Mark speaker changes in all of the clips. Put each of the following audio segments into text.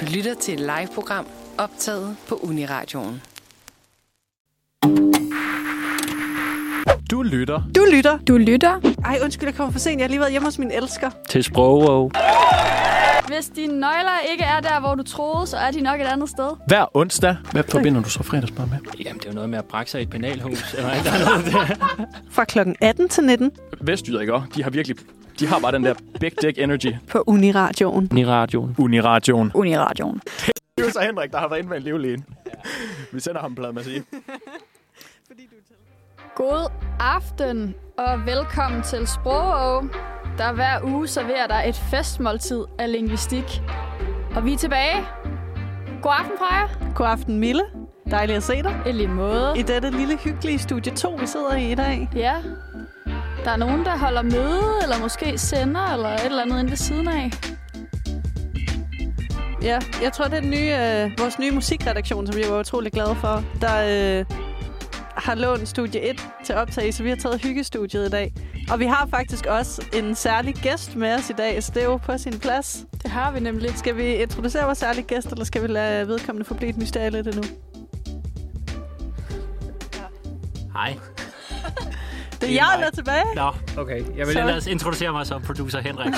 Speaker 1: Du lytter til et live-program optaget på Uniradioen.
Speaker 2: Du lytter
Speaker 3: Du lytter.
Speaker 4: Du lytter.
Speaker 3: Ej, undskyld, jeg kommer for sent. Jeg har lige været hjemme hos min elsker.
Speaker 2: til Sprogo.
Speaker 4: Hvis dine nøgler ikke er der, hvor du troede, så er de nok et andet sted.
Speaker 2: Hver onsdag.
Speaker 5: Hvad forbinder du så fredagsbar med?
Speaker 6: Jamen, det er jo noget med at brække sig i et penalhus. Eller et eller andet.
Speaker 3: Fra kl. 18 til 19
Speaker 5: Vestjyder, ikke også? De har virkelig... De har bare den der big dick energy.
Speaker 3: på Uniradioen.
Speaker 6: I radioen.
Speaker 2: Uniradioen.
Speaker 4: Uniradioen.
Speaker 5: Det er jo så Henrik, der har været inde med en livlægen. Vi sender ham en plade, man siger.
Speaker 4: God aften og velkommen til Sprogå, der hver uge serverer dig et festmåltid af linguistik. Og vi er tilbage. God aften, Freja.
Speaker 3: God aften, Mille. Dejligt at se dig.
Speaker 4: I lige måde.
Speaker 3: I dette lille hyggelige studie 2, vi sidder i i dag.
Speaker 4: Ja. Der er nogen, der holder møde, eller måske sender, eller et eller andet inde ved siden af.
Speaker 3: Ja, jeg tror, det er den nye, øh, vores nye musikredaktion, som jeg var utrolig glad for, der øh, har lånt studie 1 til optagelse. så vi har taget hyggestudiet i dag. Og vi har faktisk også en særlig gæst med os i dag, så det er jo på sin plads.
Speaker 4: Det har vi nemlig.
Speaker 3: Skal vi introducere vores særlige gæst, eller skal vi lade vedkommende forblive et mysterie lidt endnu?
Speaker 6: Hej.
Speaker 3: Det er
Speaker 6: er
Speaker 3: Jarl,
Speaker 6: mig.
Speaker 3: der er tilbage.
Speaker 6: Nå, okay. Jeg vil
Speaker 3: Så-
Speaker 6: ellers introducere mig som producer Henrik.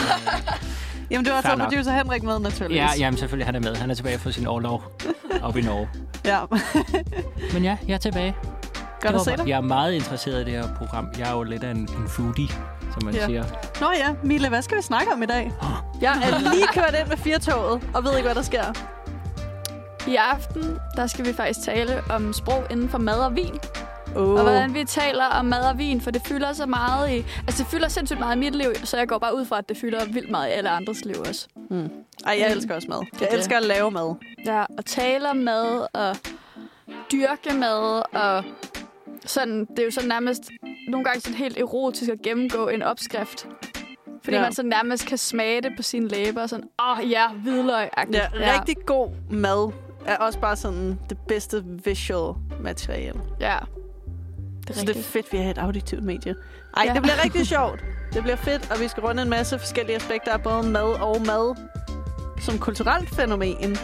Speaker 3: Jamen, det var så
Speaker 6: Fair nok.
Speaker 3: producer Henrik med, naturligvis.
Speaker 6: ja, jamen selvfølgelig, han er med. Han er tilbage fra sin overlov op i Norge.
Speaker 3: ja.
Speaker 6: Men ja, jeg er tilbage.
Speaker 3: Godt
Speaker 6: Det
Speaker 3: at
Speaker 6: var-
Speaker 3: se dig.
Speaker 6: Jeg er meget interesseret i det her program. Jeg er jo lidt af en, en foodie, som man
Speaker 3: Ja.
Speaker 6: ja. siger.
Speaker 3: Nå ja, Mille, hvad skal vi snakke om i dag? Jeg er lige kørt ind med firetoget, og ved ikke, hvad der sker.
Speaker 4: I aften, der skal vi faktisk tale om sprog inden for mad og vin.
Speaker 3: Oh.
Speaker 4: Og hvordan vi taler om mad og vin, for det fylder så meget i... Altså, det fylder sindssygt meget i mit liv, så jeg går bare ud fra, at det fylder vildt meget i alle andres liv også.
Speaker 3: Ej, jeg elsker også mad. Jeg
Speaker 4: det.
Speaker 3: elsker at lave mad.
Speaker 4: Ja, og tale om mad, og dyrke mad, og sådan... Det er jo sådan nærmest nogle gange sådan helt erotisk at gennemgå en opskrift. Fordi
Speaker 3: Ja.
Speaker 4: ja. man så nærmest kan smage det på sine læber, og sådan, åh oh, ja, hvidløg
Speaker 3: Ja, ja. Rigtig god mad er også bare sådan det bedste visual materiale.
Speaker 4: Ja. Det er
Speaker 3: Så det er
Speaker 4: rigtigt.
Speaker 3: fedt, vi har et auditivt medie. Ej, ja.
Speaker 4: Ja.
Speaker 3: det bliver rigtig sjovt. Det bliver fedt, og vi skal runde en masse forskellige aspekter af både mad og mad som kulturelt fænomen.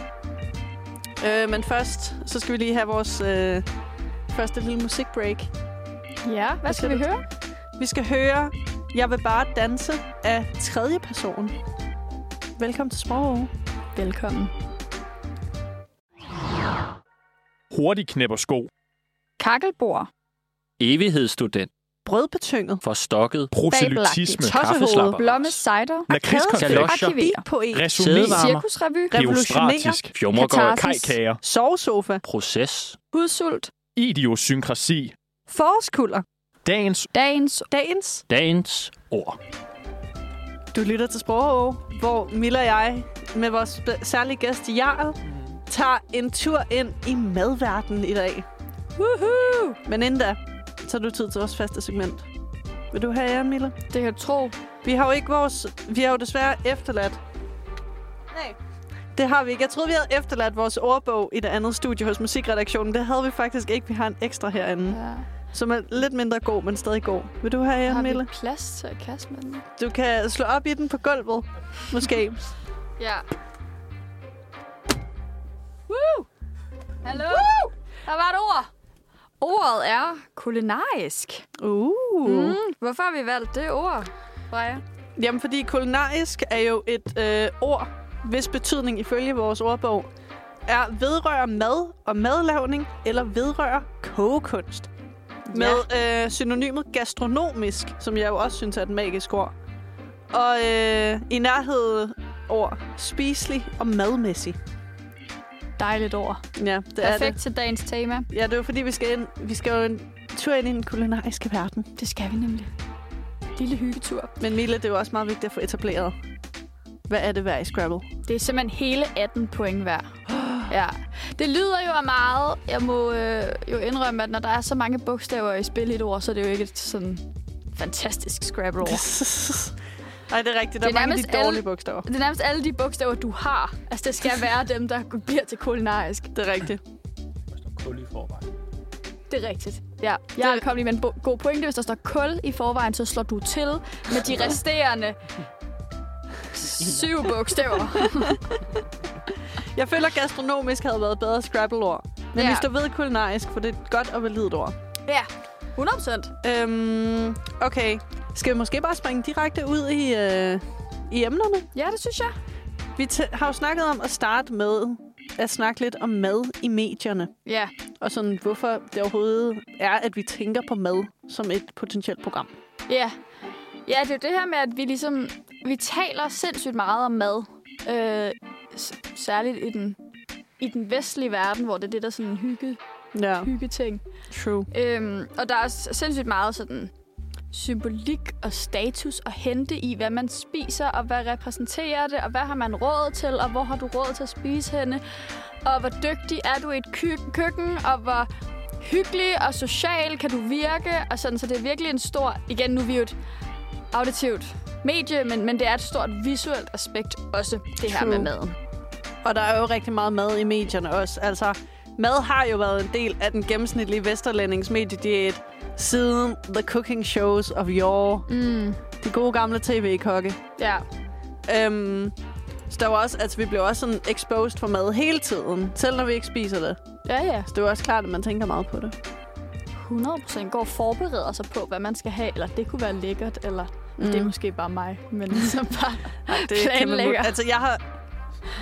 Speaker 3: Øh, men først, så skal vi lige have vores øh, første lille musikbreak.
Speaker 4: Ja, hvad skal vi
Speaker 3: siger du?
Speaker 4: høre?
Speaker 3: Vi skal høre Jeg vil bare danse af tredje person. Velkommen til Sprog.
Speaker 4: Velkommen.
Speaker 2: Hurtig knæpper sko.
Speaker 4: Kakkelbord.
Speaker 6: Evighedsstudent.
Speaker 3: Brødbetynget.
Speaker 6: Forstokket.
Speaker 2: Proselytisme.
Speaker 3: Babelagtigt.
Speaker 6: Kaffeslapper.
Speaker 4: Blomme cider.
Speaker 2: Lakridskonfekt.
Speaker 6: Kaloscher.
Speaker 4: Arkiver.
Speaker 3: Poet.
Speaker 2: Resumé.
Speaker 6: Sædevarme.
Speaker 4: Cirkusrevy.
Speaker 3: Revolutionerer.
Speaker 2: Biostratisk.
Speaker 6: Fjummergård.
Speaker 4: Katarsis.
Speaker 2: Kajkager.
Speaker 3: Sovesofa.
Speaker 6: Proces.
Speaker 4: Hudsult.
Speaker 2: Idiosynkrasi.
Speaker 3: Forårskulder.
Speaker 2: Dagens
Speaker 4: Dagens
Speaker 3: Dagens.
Speaker 6: Dagens ord.
Speaker 3: Du lytter til Sprog, hvor Mille og jeg med vores spe- særlige gæst Jarl tager en tur ind i madverdenen i dag. Woohoo! Men inden da, så er du tid til vores faste segment. Vil du have æren, Mille?
Speaker 4: Det kan du tro.
Speaker 3: Vi har jo ikke vores... Vi har jo desværre efterladt... Nej. Det har vi ikke. Jeg troede, vi havde efterladt vores ordbog i det andet studie hos musikredaktionen. Det havde vi faktisk ikke. Vi har en ekstra herinde,
Speaker 4: Ja.
Speaker 3: som er lidt mindre god, men stadig god. Vil du have
Speaker 4: Har
Speaker 3: æren,
Speaker 4: vi
Speaker 3: Mille?
Speaker 4: plads til at kaste med den?
Speaker 3: Du kan slå op i den på gulvet, måske.
Speaker 4: Ja. Woo! Hallo? Woo! Der var et ord. Ordet er kulinarisk.
Speaker 3: Uh. Mm.
Speaker 4: Mm, hvorfor har vi valgt det ord, Freja?
Speaker 3: Jamen, fordi kulinarisk er jo et øh, ord, hvis betydning ifølge vores ordbog er vedrører mad og madlavning, eller vedrører kogekunst. Med øh, synonymet gastronomisk, som jeg jo også synes er et magisk ord. Og øh, i nærhed ord spiselig og madmæssig.
Speaker 4: Dejligt ord.
Speaker 3: Ja, det er
Speaker 4: Perfekt
Speaker 3: det.
Speaker 4: til dagens tema.
Speaker 3: Ja, det er jo fordi, vi skal, ind, vi skal jo en tur ind i den kulinariske verden.
Speaker 4: Det skal vi nemlig. Lille hyggetur.
Speaker 3: Men Mille, det er jo også meget vigtigt at få etableret. Hvad er det værd i Scrabble?
Speaker 4: Det er simpelthen hele 18 point hver. Ja. Det lyder jo af meget. Jeg må øh, jo indrømme, at når der er så mange bogstaver i spil i et ord, så er det jo ikke et sådan fantastisk scrabble ord.
Speaker 3: Nej, det er rigtigt. Der
Speaker 4: Det
Speaker 3: det
Speaker 4: er
Speaker 3: er mange af
Speaker 4: nærmest
Speaker 3: de dårlige
Speaker 4: alle-
Speaker 3: bogstaver.
Speaker 4: Det er nærmest alle de bogstaver, du har. Altså, det skal være dem, der bliver til kulinarisk.
Speaker 3: Det er rigtigt.
Speaker 6: Kul i forvejen.
Speaker 4: Det er rigtigt. Ja, jeg er kommet lige med en bo- god pointe. Hvis der står kul i forvejen, så slår du til med de resterende syv bogstaver.
Speaker 3: Jeg føler, at gastronomisk havde været bedre Scrabble-ord. Men
Speaker 4: Ja.
Speaker 3: ja. vi står ved kulinarisk, for det er et godt og validt ord.
Speaker 4: Ja, 100 procent.
Speaker 3: Øhm, okay. Skal vi måske bare springe direkte ud i, øh, i emnerne?
Speaker 4: Ja, det synes jeg.
Speaker 3: Vi t- har jo snakket om at starte med at snakke lidt om mad i medierne.
Speaker 4: Ja,
Speaker 3: Og sådan, hvorfor det overhovedet er, at vi tænker på mad som et potentielt program.
Speaker 4: ja. Ja, det er jo det her med, at vi ligesom... Vi taler sindssygt meget om mad. Øh, s- særligt i den, i den vestlige verden, hvor det er det, der er sådan en hygge,
Speaker 3: Ja,
Speaker 4: hyggeting.
Speaker 3: true.
Speaker 4: Øhm, og der er s- sindssygt meget sådan symbolik og status at hente i, hvad man spiser, og hvad repræsenterer det, og hvad har man råd til, og hvor har du råd til at spise henne, og hvor dygtig er du i et kø- køkken, og hvor hyggelig og social kan du virke, og sådan, så det er virkelig en stor, igen, nu er vi jo et auditivt medie, men, men det er et stort visuelt aspekt også, det her
Speaker 3: True.
Speaker 4: med maden.
Speaker 3: Og der er jo rigtig meget mad i medierne også. Altså, mad har jo været en del af den gennemsnitlige Vesterlændings mediediæt siden The Cooking Shows of yore.
Speaker 4: Mm,
Speaker 3: De gode gamle tv-kokke.
Speaker 4: ja,
Speaker 3: Øhm, så der var også, altså, vi blev også sådan exposed for mad hele tiden, selv når vi ikke spiser det.
Speaker 4: ja, ja.
Speaker 3: Så det er jo også klart, at man tænker meget på det.
Speaker 4: 100% går og forbereder sig på, hvad man skal have, eller det kunne være lækkert, eller mm. det er måske bare mig, men så bare...
Speaker 3: det
Speaker 4: planlægger.
Speaker 3: mu- altså, jeg har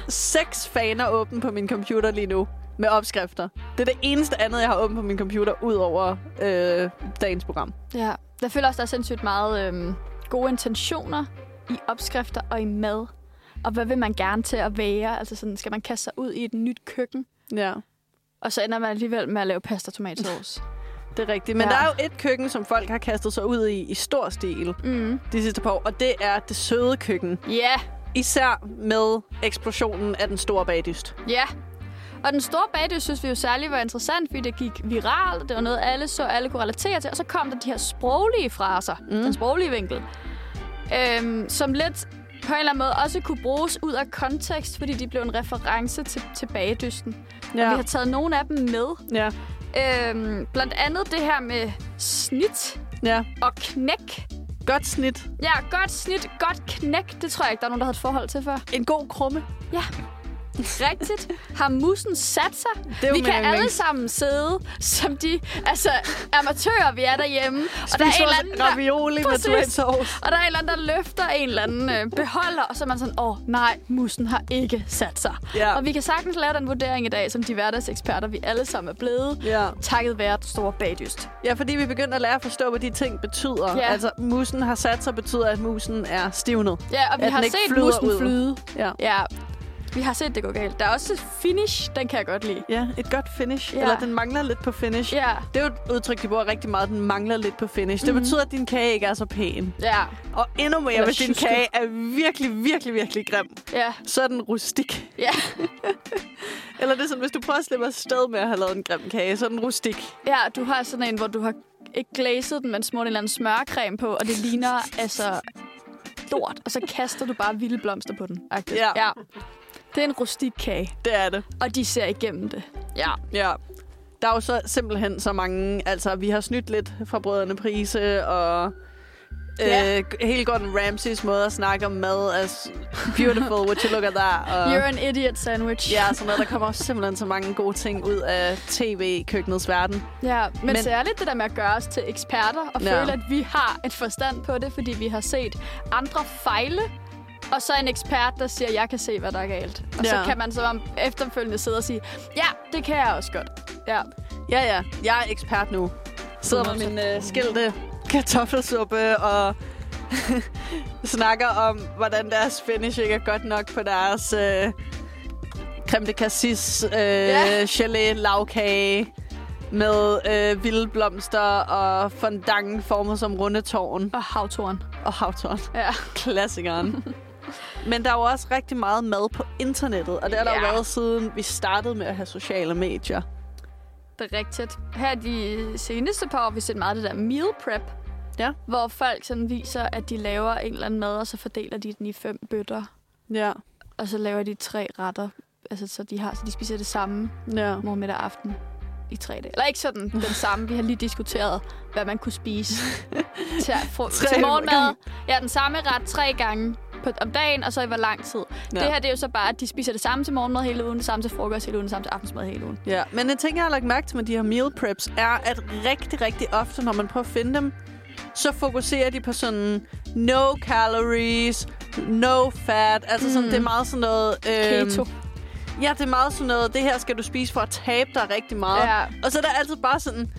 Speaker 3: seks faner åbne på min computer lige nu med opskrifter. Det er det eneste andet, jeg har åbent på min computer, ud over øh, dagens program.
Speaker 4: ja. Jeg føler også, der er sindssygt meget øhm, gode intentioner i opskrifter og i mad. Og hvad vil man gerne til at være? Altså sådan, skal man kaste sig ud i et nyt køkken?
Speaker 3: Ja.
Speaker 4: Og så ender man alligevel med at lave pasta og tomatsauce.
Speaker 3: Det er rigtigt. Men
Speaker 4: Ja.
Speaker 3: ja. der er jo et køkken, som folk har kastet sig ud i i stor stil
Speaker 4: mm.
Speaker 3: de sidste par år, og det er det søde køkken.
Speaker 4: Ja,
Speaker 3: Især med eksplosionen af den store bagdyst.
Speaker 4: ja. Og den store bagdyst synes vi jo særligt var interessant, fordi det gik viralt. Det var noget, alle så, alle kunne relatere til. Og så kom der de her sproglige fraser, mm. den sproglige vinkel, øhm, som lidt på en eller anden måde også kunne bruges ud af kontekst, fordi de blev en reference til, til bagedysten. Ja. Vi har taget nogle af dem med.
Speaker 3: ja.
Speaker 4: Øhm, blandt andet det her med snit
Speaker 3: ja.
Speaker 4: og knæk.
Speaker 3: Godt snit.
Speaker 4: Ja, godt snit, godt knæk. Det tror jeg ikke, der er nogen, der havde et forhold til før.
Speaker 3: En god krumme.
Speaker 4: Rigtigt. Har musen sat sig?
Speaker 3: Det er jo
Speaker 4: vi
Speaker 3: min
Speaker 4: kan
Speaker 3: yndlings.
Speaker 4: alle sammen sidde, som de altså, amatører, vi er derhjemme. og der er, en
Speaker 3: Spiser
Speaker 4: eller
Speaker 3: også
Speaker 4: anden, der,
Speaker 3: ravioli med
Speaker 4: Præcis.
Speaker 3: tomatsauce.
Speaker 4: og der er en eller anden, der løfter en eller anden øh, beholder, og så er man sådan, åh oh, nej, musen har ikke sat sig.
Speaker 3: Ja.
Speaker 4: Og vi kan sagtens lave den vurdering i dag, som de hverdagseksperter, vi alle sammen er blevet,
Speaker 3: Ja.
Speaker 4: takket være den store bagdyst.
Speaker 3: ja, fordi vi begynder at lære at forstå, hvad de ting betyder.
Speaker 4: Ja.
Speaker 3: Altså, musen har sat sig betyder, at musen er stivnet.
Speaker 4: Ja, og vi
Speaker 3: At
Speaker 4: har
Speaker 3: den ikke
Speaker 4: set
Speaker 3: flyder
Speaker 4: musen
Speaker 3: ud.
Speaker 4: flyde.
Speaker 3: Ja.
Speaker 4: Ja, vi har set det gå galt. Der er også finish, den kan jeg godt lide.
Speaker 3: Ja, et godt finish.
Speaker 4: Ja.
Speaker 3: Ja. Eller den mangler lidt på finish.
Speaker 4: Ja,
Speaker 3: Det er jo et udtryk, de bruger rigtig meget. Den mangler lidt på finish.
Speaker 4: Mhm.
Speaker 3: Mm-hmm. Det betyder, at din kage ikke er så pæn.
Speaker 4: ja,
Speaker 3: Og endnu mere,
Speaker 4: Eller
Speaker 3: hvis din
Speaker 4: sjusket.
Speaker 3: kage er virkelig, virkelig, virkelig grim.
Speaker 4: ja,
Speaker 3: Så er den rustik.
Speaker 4: ja,
Speaker 3: Eller det er sådan, hvis du prøver at slippe afsted med at have lavet en grim kage, så er den rustik.
Speaker 4: ja. Du har sådan en, hvor du har ikke glazet den, men smurt en eller anden smørcreme på, og det ligner altså lort. Og så kaster du bare vilde blomster på den. agtigt.
Speaker 3: Ja.
Speaker 4: ja. Det er en rustik kage,
Speaker 3: Det er det.
Speaker 4: og de ser igennem det. Ja,
Speaker 3: Ja. Der er jo så simpelthen så mange... Altså, vi har snydt lidt fra Brødrene Prise, og...
Speaker 4: Ja.
Speaker 3: Øh, hele Gordon Ramsays måde at snakke om mad er s- beautiful, what you look at der. Og
Speaker 4: you're an idiot sandwich.
Speaker 3: ja, sådan noget. Der kommer også simpelthen så mange gode ting ud af tv-køkkenets verden.
Speaker 4: ja. Men, men
Speaker 3: Men-
Speaker 4: særligt det der med at gøre os til eksperter, og
Speaker 3: Ja.
Speaker 4: føle, at vi har et forstand på det, fordi vi har set andre fejle, og så en ekspert, der siger, jeg kan se, hvad der er galt. Og så
Speaker 3: Ja.
Speaker 4: kan man så om- efterfølgende sidde og sige, ja, det kan jeg også godt. Ja.
Speaker 3: Ja, ja. Jeg er ekspert nu. Sidder med min øh, skilte kartoffelsuppe og snakker om, hvordan deres finish ikke er godt nok på deres øh, creme de cassis, øh,
Speaker 4: Ja.
Speaker 3: gelé, lavkage med øh, vilde blomster og fondant formet som rundetårn
Speaker 4: Og havtoren.
Speaker 3: og havtårn.
Speaker 4: Ja.
Speaker 3: Klassikeren. Men der er jo også rigtig meget mad på internettet, og det har der jo
Speaker 4: Ja.
Speaker 3: været siden vi startede med at have sociale medier.
Speaker 4: Det er rigtigt. Her de seneste par år har vi set meget af det der meal prep.
Speaker 3: Ja.
Speaker 4: Hvor folk sådan viser, at de laver en eller anden mad, og så fordeler de den i fem bøtter.
Speaker 3: Ja,
Speaker 4: Og så laver de tre retter. Altså, så de, har, så de spiser det samme
Speaker 3: ja.
Speaker 4: morgen, middag og aften i tre dage. Eller ikke sådan den samme. Vi har lige diskuteret, hvad man kunne spise til, at få,
Speaker 3: Tre
Speaker 4: til morgenmad.
Speaker 3: gange.
Speaker 4: Ja, den samme ret tre gange på, om dagen, og så i hvor lang tid.
Speaker 3: Ja.
Speaker 4: Ja. Det her det er jo så bare, at de spiser det samme til morgenmad hele ugen, det samme til frokost hele ugen, det samme til aftensmad hele ugen.
Speaker 3: Ja, men en ting, jeg har lagt mærke til med de her meal preps, er, at rigtig, rigtig ofte, når man prøver at finde dem, så fokuserer de på sådan no calories, no fat. Altså sådan,
Speaker 4: Mm.
Speaker 3: det er meget sådan noget... øhm,
Speaker 4: Keto.
Speaker 3: Ja, det er meget sådan noget, det her skal du spise for at tabe dig rigtig meget.
Speaker 4: Ja.
Speaker 3: Og så er der altid bare sådan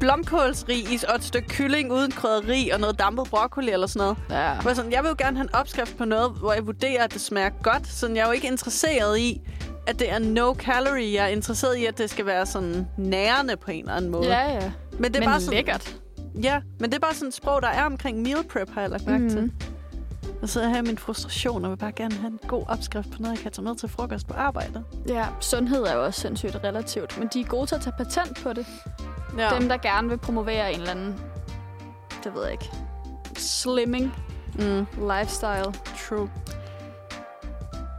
Speaker 3: blomkålsris og et stykke kylling uden krydderi og noget dampet broccoli eller sådan noget.
Speaker 4: ja.
Speaker 3: Hvor jeg sådan, jeg vil jo gerne have en opskrift på noget, hvor jeg vurderer, at det smager godt. Sådan, jeg er jo ikke interesseret i, at det er no calorie. Jeg er interesseret i, at det skal være sådan nærende på en eller anden måde.
Speaker 4: Ja, ja.
Speaker 3: men det er
Speaker 4: Men
Speaker 3: bare sådan,
Speaker 4: lækkert.
Speaker 3: Ja, men det er bare sådan et sprog, der er omkring meal prep, har jeg lagt mærke mm.
Speaker 4: Mhm.
Speaker 3: til. Jeg sidder her i min frustration og vil bare gerne have en god opskrift på noget, jeg kan tage med til frokost på arbejdet.
Speaker 4: Ja, sundhed er jo også sindssygt relativt, men de er gode til at tage patent på det.
Speaker 3: Ja.
Speaker 4: Dem, der gerne vil promovere en eller anden, det ved jeg ikke, slimming
Speaker 3: Mm,
Speaker 4: lifestyle.
Speaker 3: true.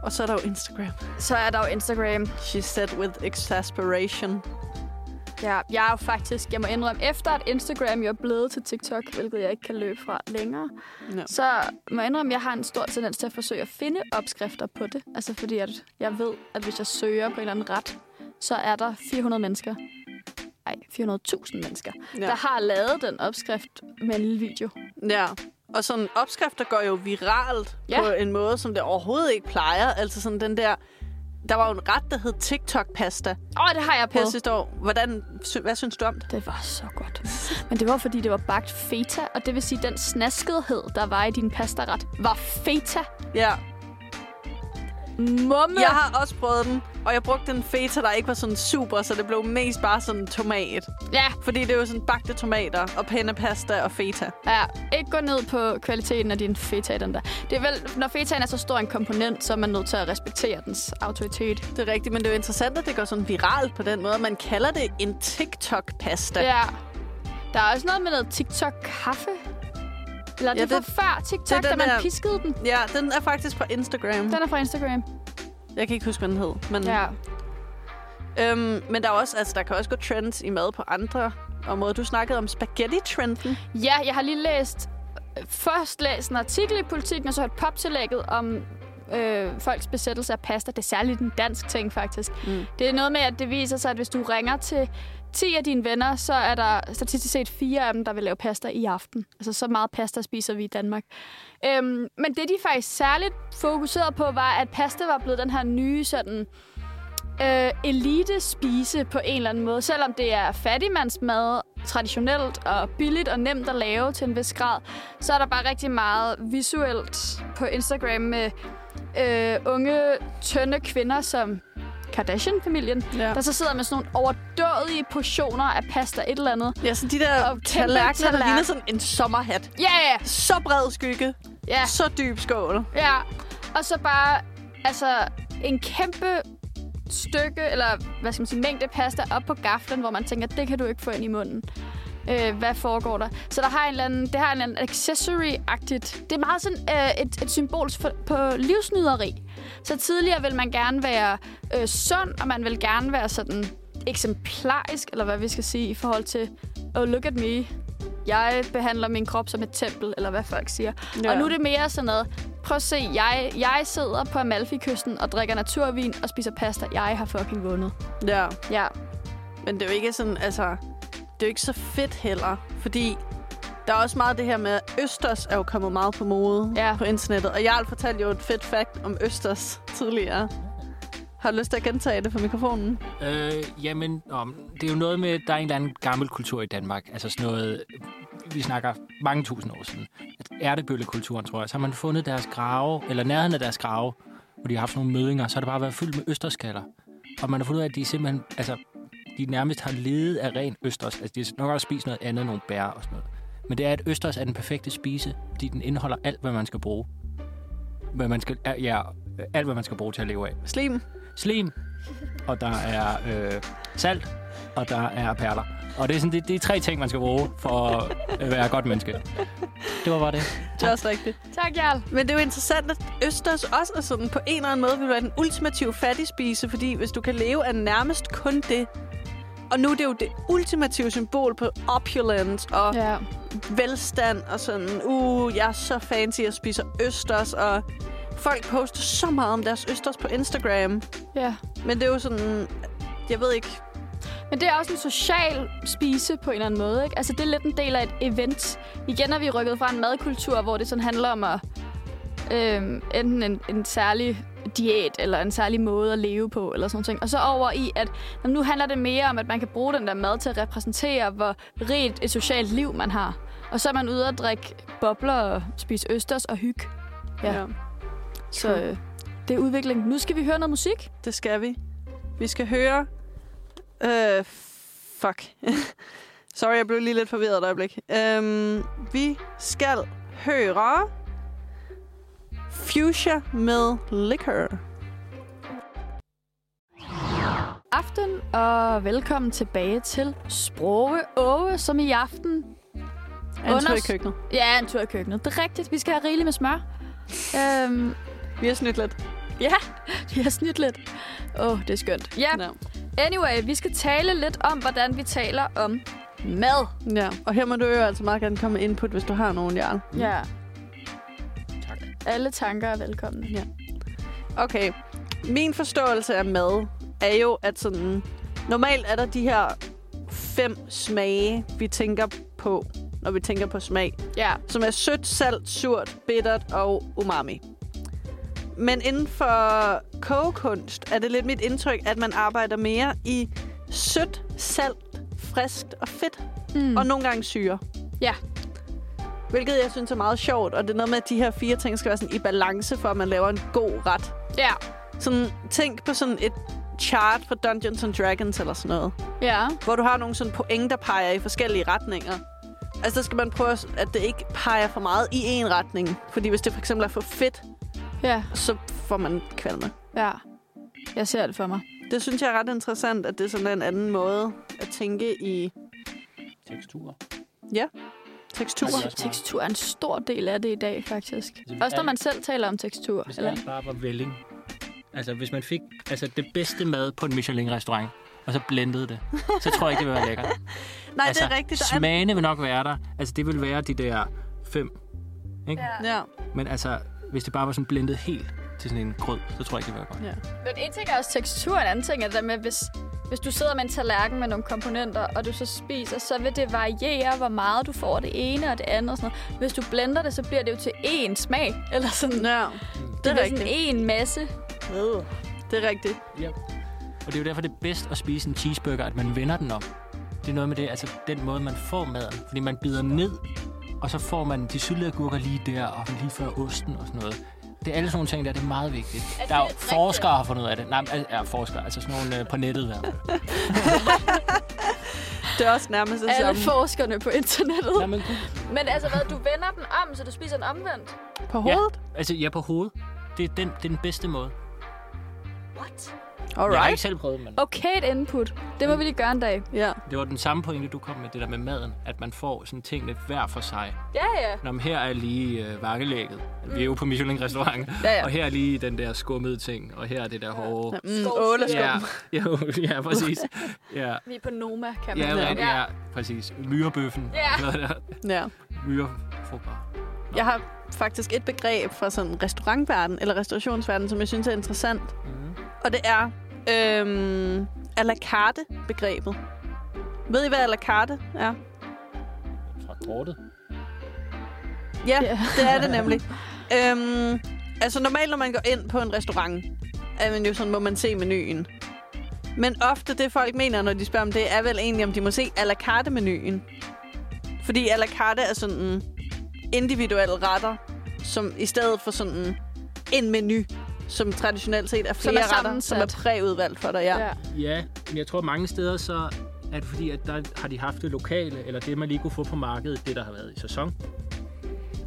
Speaker 3: Og så er der jo Instagram.
Speaker 4: Så er der jo Instagram.
Speaker 3: She said with exasperation.
Speaker 4: Ja, jeg er jo faktisk, jeg må indrømme, efter at Instagram jo er blevet til TikTok, hvilket jeg ikke kan løbe fra længere,
Speaker 3: Ja.
Speaker 4: så må jeg indrømme, at jeg har en stor tendens til at forsøge at finde opskrifter på det. Altså fordi at jeg ved, at hvis jeg søger på en eller anden ret, så er der 400 mennesker. Ej, 400.000 mennesker, ja.
Speaker 3: Ja.
Speaker 4: der har lavet den opskrift med en lille video.
Speaker 3: Ja, og sådan opskrifter går jo viralt ja.
Speaker 4: Ja.
Speaker 3: på en måde, som det overhovedet ikke plejer. Altså sådan den der... Der var jo en ret, der hed TikTok-pasta
Speaker 4: Åh, det har jeg
Speaker 3: her
Speaker 4: prøvet.
Speaker 3: sidste år. Hvordan, sy- hvad synes du om det?
Speaker 4: Det var så godt. Men det var, fordi det var bagt feta, og det vil sige, at den snaskethed, der var i din pastaret, var feta.
Speaker 3: Ja,
Speaker 4: Mumme.
Speaker 3: jeg har også prøvet den, og jeg brugte en feta, der ikke var sådan super, så det blev mest bare sådan tomat.
Speaker 4: Ja,
Speaker 3: Fordi det er jo sådan bagte tomater og pennepasta og feta.
Speaker 4: ja. Ikke gå ned på kvaliteten af din feta i den der. Det er vel, når fetaen er så stor en komponent, så er man nødt til at respektere dens autoritet.
Speaker 3: Det er rigtigt, men det er jo interessant, at det går sådan viralt på den måde. Man kalder det en TikTok-pasta.
Speaker 4: Ja. Der er også noget med noget TikTok-kaffe. Eller
Speaker 3: Ja,
Speaker 4: ja, det, det var
Speaker 3: det-
Speaker 4: før TikTok,
Speaker 3: det er
Speaker 4: da
Speaker 3: den
Speaker 4: man
Speaker 3: der-
Speaker 4: piskede den.
Speaker 3: ja, den er faktisk på Instagram.
Speaker 4: Den er fra Instagram.
Speaker 3: Mm. Jeg kan ikke huske, hvad den hed. Men
Speaker 4: Ja.
Speaker 3: Øhm, men der, er også, altså, der kan også gå trends i mad på andre områder. Du snakkede om spaghetti-trenden.
Speaker 4: Ja, jeg har lige læst... Først læst en artikel i Politiken, og så et poptillægget om øh, folks besættelse af pasta. Det er særligt en dansk ting, faktisk.
Speaker 3: Mm.
Speaker 4: Mm. Det er noget med, at det viser sig, at hvis du ringer til 10 af dine venner, så er der statistisk set fire af dem, der vil lave pasta i aften. Altså, så meget pasta spiser vi i Danmark. Øhm, men det, de faktisk særligt fokuserede på, var, at pasta var blevet den her nye sådan øh, elite-spise på en eller anden måde. Selvom det er fattigmandsmad traditionelt og billigt og nemt at lave til en vis grad, så er der bare rigtig meget visuelt på Instagram med øh, unge, tynde kvinder som Kardashian-familien,
Speaker 3: Ja.
Speaker 4: der så sidder med sådan nogle overdådige portioner af pasta et eller andet.
Speaker 3: ja, sådan de der
Speaker 4: Og kæmpe
Speaker 3: tallerkener, der
Speaker 4: tallerken.
Speaker 3: ligner sådan en sommerhat.
Speaker 4: Ja, ja,
Speaker 3: Så bred skygge,
Speaker 4: ja.
Speaker 3: ja. så dyb skål.
Speaker 4: Ja, og så bare altså en kæmpe stykke, eller hvad skal man sige, mængde pasta op på gaflen, hvor man tænker, det kan du ikke få ind i munden. Øh, hvad foregår der? Så der har en eller anden, det har en eller anden accessory-agtigt. Det er meget sådan øh, et, et symbol for, på livsnyderi. Så tidligere vil man gerne være øh, sund, og man vil gerne være sådan eksemplarisk, eller hvad vi skal sige, i forhold til, oh, look at me. Jeg behandler min krop som et tempel, eller hvad folk siger.
Speaker 3: Ja.
Speaker 4: Ja. Og nu er det mere sådan noget, prøv at se, jeg, jeg sidder på Amalfi-kysten og drikker naturvin og spiser pasta. Jeg har fucking vundet.
Speaker 3: Ja,
Speaker 4: Ja.
Speaker 3: men det er jo ikke sådan, altså... Det er jo ikke så fedt heller, fordi der er også meget det her med, at Østers er jo kommet meget på mode
Speaker 4: Ja.
Speaker 3: på internettet. Og Jarl fortalte jo et fedt fact om Østers tidligere. Har du lyst til at gentage det på mikrofonen?
Speaker 6: Øh, jamen, nå, men det er jo noget med, der er en eller anden gammel kultur i Danmark. Altså sådan noget, vi snakker mange tusind år siden. At Ærtebøllekulturen, tror jeg. Så har man fundet deres grave, eller nærheden af deres grave, hvor de har haft sådan nogle mødinger, så har det bare været fyldt med østerskaller. Og man har fundet ud af, at de simpelthen, altså, de nærmest har levet af ren østers. Altså, de har nok også spist noget andet, nogle bær og sådan noget. Men det er, at østers er den perfekte spise, fordi den indeholder alt, hvad man skal bruge. Hvad man skal, ja, alt, hvad man skal bruge til at leve af
Speaker 3: Slim?
Speaker 6: slim, og der er øh, salt, og der er perler. Og det er, sådan, det, det er tre ting, man skal bruge for at øh, være et godt menneske. Det var bare det.
Speaker 3: Det er også rigtigt.
Speaker 4: Tak, Jarl.
Speaker 3: Men det er jo interessant, at Østers også er sådan på en eller anden måde vil være den ultimative fattigspise, fordi hvis du kan leve af nærmest kun det, og nu er det jo det ultimative symbol på opulence og ja.
Speaker 4: Ja.
Speaker 3: velstand og sådan, uh, jeg er så fancy, jeg spiser Østers, og folk poster så meget om deres østers på Instagram.
Speaker 4: Ja.
Speaker 3: Men det er jo sådan... Jeg ved ikke...
Speaker 4: Men det er også en social spise på en eller anden måde, ikke? Altså, det er lidt en del af et event. Igen er vi rykket fra en madkultur, hvor det sådan handler om at øhm, enten en, en særlig diæt, eller en særlig måde at leve på, eller sådan noget. Og så over i, at jamen, nu handler det mere om, at man kan bruge den der mad til at repræsentere, hvor rigt et socialt liv man har. Og så er man ude at drikke bobler og spise østers og hygge. Ja. Så øh, det er udvikling. Nu skal vi høre noget musik.
Speaker 3: Det skal vi. Vi skal høre... Øh, fuck. Sorry, jeg blev lige lidt forvirret et øjeblik. Øhm, vi skal høre... Fuchsia med Liquor.
Speaker 4: aften, og velkommen tilbage til Sproge Åge, som i aften...
Speaker 3: Er en tur i
Speaker 4: Unders-
Speaker 3: køkkenet.
Speaker 4: Ja, en tur i køkkenet. Det er rigtigt, vi skal have rigeligt med smør. øhm,
Speaker 3: Vi har snydt lidt.
Speaker 4: ja, vi har snydt lidt. Åh, oh, det er skønt. Ja,
Speaker 3: Ja.
Speaker 4: anyway, vi skal tale lidt om, hvordan vi taler om mad.
Speaker 3: ja. Og her må du jo altså meget gerne komme med input, hvis du har nogen, Jarl.
Speaker 4: Ja.
Speaker 6: Tak.
Speaker 4: Alle tanker er velkomne.
Speaker 3: Okay. Min forståelse af mad er jo, at sådan... Normalt er der de her fem smage, vi tænker på, når vi tænker på smag.
Speaker 4: Ja,
Speaker 3: som er sødt, salt, surt, bittert og umami. Men inden for kogekunst er det lidt mit indtryk, at man arbejder mere i sødt, salt, friskt og fedt, mm. og nogle gange syre.
Speaker 4: Ja.
Speaker 3: Hvilket jeg synes er meget sjovt, og det er noget med, at de her fire ting skal være sådan i balance, for at man laver en god ret.
Speaker 4: ja,
Speaker 3: Sådan, tænk på sådan et chart for Dungeons and Dragons eller sådan noget
Speaker 4: ja.
Speaker 3: hvor du har nogle sådan point, der peger i forskellige retninger. Altså, der skal man prøve, at- at det ikke peger for meget i en retning. Fordi hvis det for eksempel er for fedt,
Speaker 4: ja.
Speaker 3: så får man kvalme.
Speaker 4: Ja. Jeg ser det for mig.
Speaker 3: Det synes jeg er ret interessant, at det er sådan en anden måde at tænke i
Speaker 6: Teksturer.
Speaker 3: teksturer.
Speaker 6: Altså,
Speaker 4: Tekstur er en stor del af det i dag, faktisk.
Speaker 6: Altså,
Speaker 4: Også når
Speaker 6: alt-
Speaker 4: man selv taler om tekstur.
Speaker 6: Hvis
Speaker 4: Eller?
Speaker 6: alt bare var velling. Altså, hvis man fik altså, det bedste mad på en Michelin-restaurant, og så blendede det, så tror jeg ikke, det ville være lækkert.
Speaker 3: Nej,
Speaker 6: altså,
Speaker 3: det er rigtigt. Der er...
Speaker 6: Smagene vil nok være der. Altså, det vil være de der fem. Ikke? Ja.
Speaker 3: Ja.
Speaker 6: Men altså, hvis det bare var sådan blendet helt til sådan en grød, så tror jeg ikke, det ville være godt.
Speaker 3: Ja.
Speaker 4: Men en ting er også tekstur, en anden ting er det der med, hvis, hvis du sidder med en tallerken med nogle komponenter, og du så spiser, så vil det variere, hvor meget du får af det ene og det andet. Og sådan noget. Hvis du blender det, så bliver det jo til én smag, eller
Speaker 3: ja.
Speaker 4: sådan.
Speaker 3: Det er
Speaker 4: bliver
Speaker 3: rigtigt.
Speaker 4: sådan én masse.
Speaker 3: Øh, Det er rigtigt.
Speaker 6: Og det er jo derfor, det er bedst at spise en cheeseburger, at man vender den om. Det er noget med det, altså den måde, man får maden. Fordi man bider ned, og så får man de syltede gurker lige der, og lige før osten og sådan noget. Det er alle sådan nogle ting, der det er meget vigtigt.
Speaker 4: det
Speaker 6: der er jo
Speaker 4: rigtigt?
Speaker 6: forskere, der har fundet ud af det. Nej, men al- ja, forskere, altså sådan nogle øh, på nettet. Der.
Speaker 3: Det er også nærmest det
Speaker 4: Alle
Speaker 3: samme.
Speaker 4: forskerne på internettet.
Speaker 6: Jamen,
Speaker 4: Men altså hvad, du vender den om, så du spiser den omvendt.
Speaker 3: På hovedet?
Speaker 6: altså, ja, på hovedet. Det er den, det er den bedste måde.
Speaker 4: What?
Speaker 6: Jeg har ikke
Speaker 3: Alright.
Speaker 6: selv prøvet det, men
Speaker 4: Okay, et input. Det må vi lige gøre en dag.
Speaker 3: Ja.
Speaker 6: det var den samme pointe, du kom med, det der med maden. At man får sådan tingene hver for sig.
Speaker 4: Ja, ja.
Speaker 6: Nå, men her er lige øh, vakkelægget. Vi er jo på Michelin-restaurant.
Speaker 3: Ja, ja.
Speaker 6: Og her er lige den der skummede ting, og her er det der hårde.
Speaker 3: Mm, åleskum.
Speaker 6: Ja, jo, ja præcis. Ja,
Speaker 4: Vi er på Noma, kan man
Speaker 6: ja,
Speaker 4: sige.
Speaker 6: ja, ja præcis. Myrebøffen.
Speaker 4: Ja.
Speaker 6: Hvad er det?
Speaker 3: ja.
Speaker 6: Myrefrugtbar.
Speaker 3: Jeg har faktisk et begreb fra sådan restaurantverden eller restaurationsverden, som jeg synes er interessant. Mm. Og det er øhm, a la carte begrebet. Ved I, hvad a la carte er?
Speaker 6: Fra kortet.
Speaker 3: Ja,
Speaker 4: Ja.
Speaker 3: yeah. det er det nemlig. øhm, altså normalt, når man går ind på en restaurant, er man jo sådan, må man se menuen. Men ofte det, folk mener, når de spørger om det, er vel egentlig, om de må se a la carte-menuen. Fordi a la carte er sådan individuelle retter, som i stedet for sådan en menu, som traditionelt set er
Speaker 4: Som
Speaker 3: flere
Speaker 4: er
Speaker 3: retter, som er
Speaker 4: sammensat.
Speaker 3: præudvalgt for dig. Ja.
Speaker 4: ja.
Speaker 6: Ja, men jeg tror mange steder så er det fordi, at der har de haft det lokale, eller det, man lige kunne få på markedet, det der har været i sæson.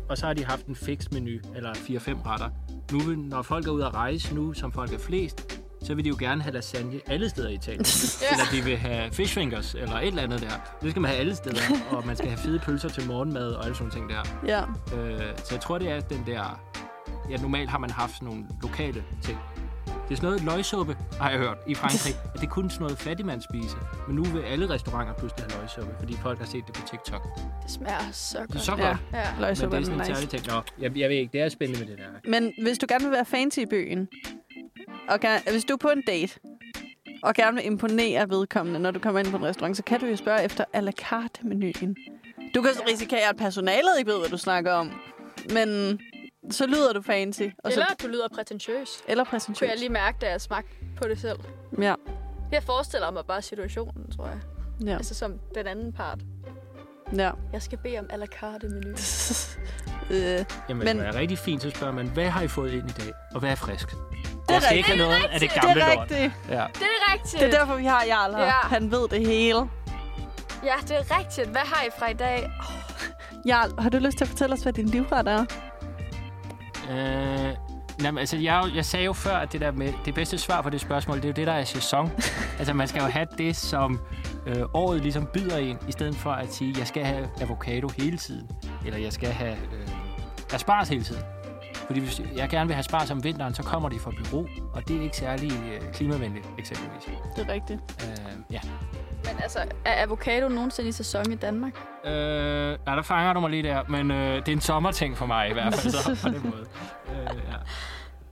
Speaker 6: Og så har de haft en fix menu, eller 4-5 retter. Nu, vil- når folk er ude at rejse nu, som folk er flest, så vil de jo gerne have lasagne alle steder i Italien.
Speaker 4: Ja.
Speaker 6: Eller de vil have fish fingers, eller et eller andet der. Det skal man have alle steder, og man skal have fede pølser til morgenmad, og alle sådan nogle ting der.
Speaker 3: ja.
Speaker 6: Øh, så jeg tror, det er den der... Ja, normalt har man haft sådan nogle lokale ting. Det er sådan noget løgsuppe, har jeg hørt, i Frankrig. At det kunne sådan noget fattigmand spise. Men nu vil alle restauranter pludselig have løgsuppe, fordi folk har set det på TikTok. Men
Speaker 4: Det smager så godt.
Speaker 6: Det er så
Speaker 3: Ja,
Speaker 6: godt.
Speaker 4: Ja.
Speaker 6: det er
Speaker 3: løgsuppe er
Speaker 6: sådan en
Speaker 3: nice.
Speaker 6: særlig ting. Nå, jeg, jeg ved ikke, det er spændende med det der.
Speaker 3: Men hvis du gerne vil være fancy i byen, og gerne, hvis du er på en date, og gerne vil imponere vedkommende, når du kommer ind på en restaurant, så kan du jo spørge efter à la carte-menuen. Du kan så risikere, at personalet ikke ved, hvad du snakker om, men så lyder du fancy. Og så,
Speaker 4: Eller at du lyder prætentiøs.
Speaker 3: eller
Speaker 4: Kunne jeg
Speaker 3: præsentøs.
Speaker 4: lige mærke, da jeg smagte på det selv.
Speaker 3: Ja.
Speaker 4: Jeg forestiller mig bare situationen, tror jeg.
Speaker 3: Ja.
Speaker 4: Altså som den anden part.
Speaker 3: ja.
Speaker 4: Jeg skal bede om à la carte menu.
Speaker 3: øh,
Speaker 6: Jamen,
Speaker 3: Men-
Speaker 6: Men... det er rigtig fint, så spørger man, hvad har I fået ind i dag, og hvad er frisk?
Speaker 3: er
Speaker 6: jeg skal
Speaker 3: rigtigt.
Speaker 6: ikke have noget af det
Speaker 4: Det er
Speaker 3: det
Speaker 6: gamle
Speaker 3: er
Speaker 6: lort.
Speaker 3: rigtigt.
Speaker 6: Ja.
Speaker 4: Det er rigtigt.
Speaker 3: Det er derfor, vi har Jarl her.
Speaker 4: Ja.
Speaker 3: Han ved det hele.
Speaker 4: Ja, det er rigtigt. Hvad har I fra i dag?
Speaker 3: Jarl, har du lyst til at fortælle os, hvad din livret er?
Speaker 6: Øh, jamen, altså, jeg, er jo- jeg sagde jo før, at det, der med, det bedste svar på det spørgsmål, det er jo det, der er sæson. altså, man skal jo have det, som øh, året ligesom byder en, i stedet for at sige, jeg skal have avocado hele tiden, eller jeg skal have øh, asparges hele tiden. Fordi hvis jeg gerne vil have spars om vinteren, så kommer de fra bureau, og det er ikke særlig øh, klimavenligt, eksempelvis.
Speaker 3: Det er rigtigt.
Speaker 6: Øh, ja.
Speaker 4: Men altså, er avocado nogensinde i sæson i Danmark?
Speaker 6: Øh, nej, der fanger du mig lige der, men øh, det er en sommerting for mig i hvert fald, så på den måde. Øh, ja.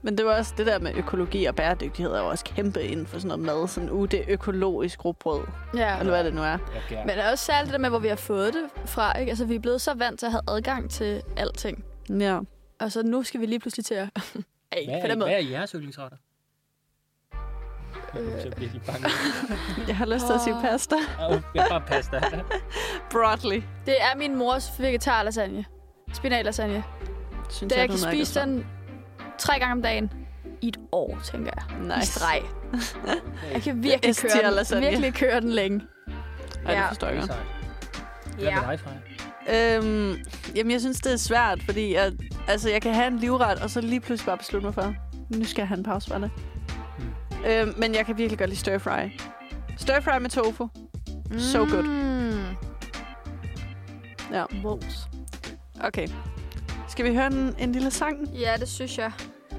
Speaker 3: Men det var også det der med økologi og bæredygtighed, er jo også kæmpe inden for sådan noget mad. Sådan, uh, det er økologisk råbrød,
Speaker 4: Ja.
Speaker 3: eller hvad det nu er.
Speaker 6: Jeg gerne.
Speaker 4: Men også særligt det der med, hvor vi har fået det fra. Ikke? Altså, vi er blevet så vant til at have adgang til alting.
Speaker 3: Ja.
Speaker 4: Og så nu skal vi lige pludselig til at... Ej,
Speaker 6: Hvad
Speaker 4: på
Speaker 6: er,
Speaker 4: den
Speaker 6: hvad
Speaker 4: måde.
Speaker 6: er jeres yndlingsretter?
Speaker 5: Øh.
Speaker 6: Så bliver de bange.
Speaker 3: Jeg har lyst til at sige
Speaker 4: Åh.
Speaker 3: pasta.
Speaker 6: Åh, Jeg har pasta.
Speaker 3: Broccoli.
Speaker 4: Det er min mors vegetarlasagne. Spinatlasagne.
Speaker 3: Synes
Speaker 4: Det, jeg
Speaker 3: du
Speaker 4: kan
Speaker 3: nok
Speaker 4: spise
Speaker 3: er
Speaker 4: den tre gange om dagen. I et år, tænker jeg.
Speaker 3: for.
Speaker 4: I
Speaker 3: Nice.
Speaker 4: streg. Jeg kan virkelig
Speaker 3: STL
Speaker 4: køre den,
Speaker 3: lasagne.
Speaker 4: virkelig køre den længe.
Speaker 3: Ej, det
Speaker 4: Ja.
Speaker 3: forstår jeg godt.
Speaker 6: Hvad med dig, Freja?
Speaker 3: Øhm, jamen, jeg synes, det er svært, fordi at, altså, jeg kan have en livret, og så lige pludselig bare beslutte mig for, nu skal jeg have en pause fra det.
Speaker 6: Mm.
Speaker 3: Øhm, men jeg kan virkelig godt lide stir fry. Stir fry med tofu. So good.
Speaker 4: Mm.
Speaker 3: Ja.
Speaker 4: Wolves.
Speaker 3: Okay. Skal vi høre en, en lille sang?
Speaker 4: Ja, det synes jeg.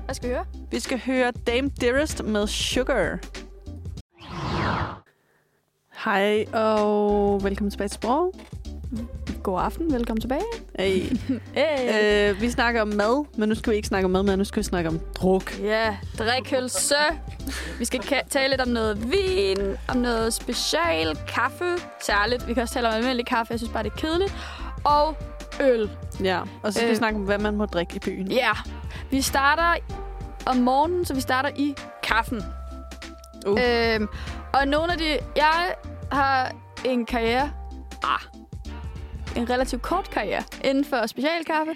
Speaker 4: Hvad skal vi høre?
Speaker 3: Vi skal høre Dame Dearest med Sugar. Hej og velkommen tilbage til Sprog.
Speaker 4: God aften, velkommen tilbage.
Speaker 3: Hey.
Speaker 4: Hey.
Speaker 3: øh, vi snakker om mad, men nu skal vi ikke snakke om mad, men nu skal vi snakke om druk.
Speaker 4: Ja, drikkelse. Vi skal ka- tale lidt om noget vin, om noget special kaffe, særligt. Vi kan også tale om almindelig kaffe, jeg synes bare, det er kedeligt. Og øl.
Speaker 3: Ja, og så skal øh. vi
Speaker 4: Øh.
Speaker 3: snakke om, hvad man må drikke i byen.
Speaker 4: Ja, vi starter om morgenen, så vi starter i kaffen.
Speaker 3: Uh.
Speaker 4: Øhm, og nogle af de... Jeg har en karriere... Ah, en relativt kort karriere inden for specialkaffe.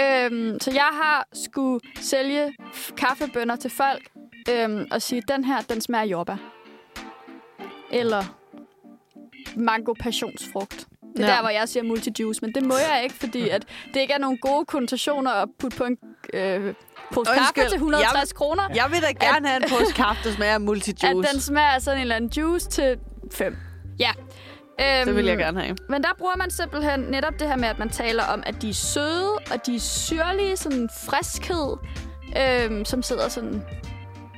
Speaker 4: Øhm, så jeg har skulle sælge f- kaffebønner til folk øhm, og sige, den her, den smager af jordbær. Eller mango passionsfrugt. Det er
Speaker 3: Ja.
Speaker 4: der, hvor jeg siger multijuice, men det må jeg ikke, fordi at det ikke er nogen gode konnotationer at putte på en øh, pose
Speaker 3: Undskyld,
Speaker 4: kaffe til 160 kroner.
Speaker 3: Jeg vil da gerne have en pose kaffe, der smager af multijuice.
Speaker 4: At den smager af sådan en eller anden juice til 5. Ja. Øhm,
Speaker 3: Det vil jeg gerne have.
Speaker 4: Men der bruger man simpelthen netop det her med, at man taler om, at de er søde, og de er syrlige, sådan en friskhed, øhm, som sidder sådan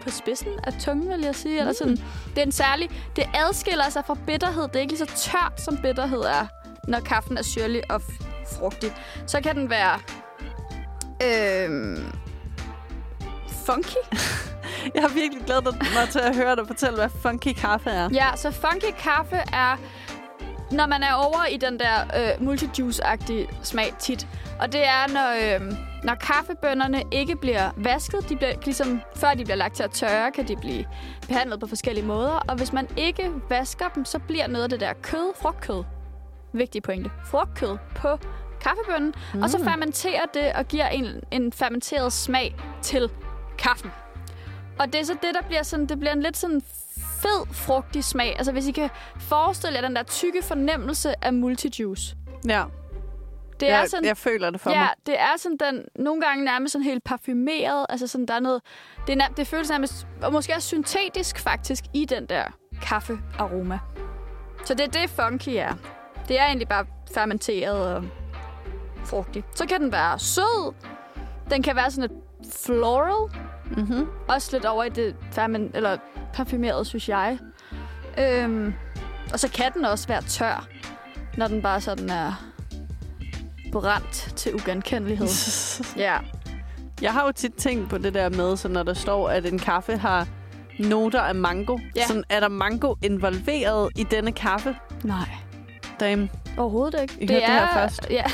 Speaker 4: på spidsen af tungen, vil jeg sige. Mm. Eller sådan. Det er en særlig... Det adskiller sig fra bitterhed. Det er ikke lige så tørt, som bitterhed er, når kaffen er syrlig og f- frugtig. Så kan den være... Øhm, funky?
Speaker 3: Jeg har virkelig glædet mig til at høre dig fortælle, hvad funky kaffe er.
Speaker 4: Ja, så funky kaffe er, når man er over i den der øh, multijuice-agtige smag tit. Og det er, når, øh, når kaffebønderne ikke bliver vasket. De bliver, ligesom, før de bliver lagt til at tørre, kan de blive behandlet på forskellige måder. Og hvis man ikke vasker dem, så bliver noget af det der kød, frugtkød. Vigtig pointe. Frugtkød på kaffebønnen. Mm. Og så fermenterer det og giver en, en fermenteret smag til kaffen. Og det er så det, der bliver sådan, det bliver en lidt sådan fed, frugtig smag. Altså hvis I kan forestille jer den der tykke fornemmelse af multijuice.
Speaker 3: Ja,
Speaker 4: Det er
Speaker 3: jeg,
Speaker 4: sådan,
Speaker 3: jeg føler det for
Speaker 4: ja,
Speaker 3: mig.
Speaker 4: det er sådan den, nogle gange nærmest sådan helt parfumeret. Altså sådan, der er noget, det, er, nær- det føles nærmest, og måske også syntetisk faktisk, i den der kaffearoma. Så det er det, funky er. Det er egentlig bare fermenteret og frugtig. Så kan den være sød. Den kan være sådan et floral.
Speaker 3: Mm-hmm.
Speaker 4: Også lidt over i det fermen, eller parfumerede, synes jeg. Øhm, og så kan den også være tør, når den bare sådan er brændt til ugenkendelighed. ja,
Speaker 3: Jeg har jo tit tænkt på det der med, så når der står, at en kaffe har noter af mango.
Speaker 4: Ja.
Speaker 3: Sådan, er der mango involveret i denne kaffe?
Speaker 4: nej.
Speaker 3: Damn.
Speaker 4: Overhovedet ikke.
Speaker 3: I hørte det her først.
Speaker 4: Ja.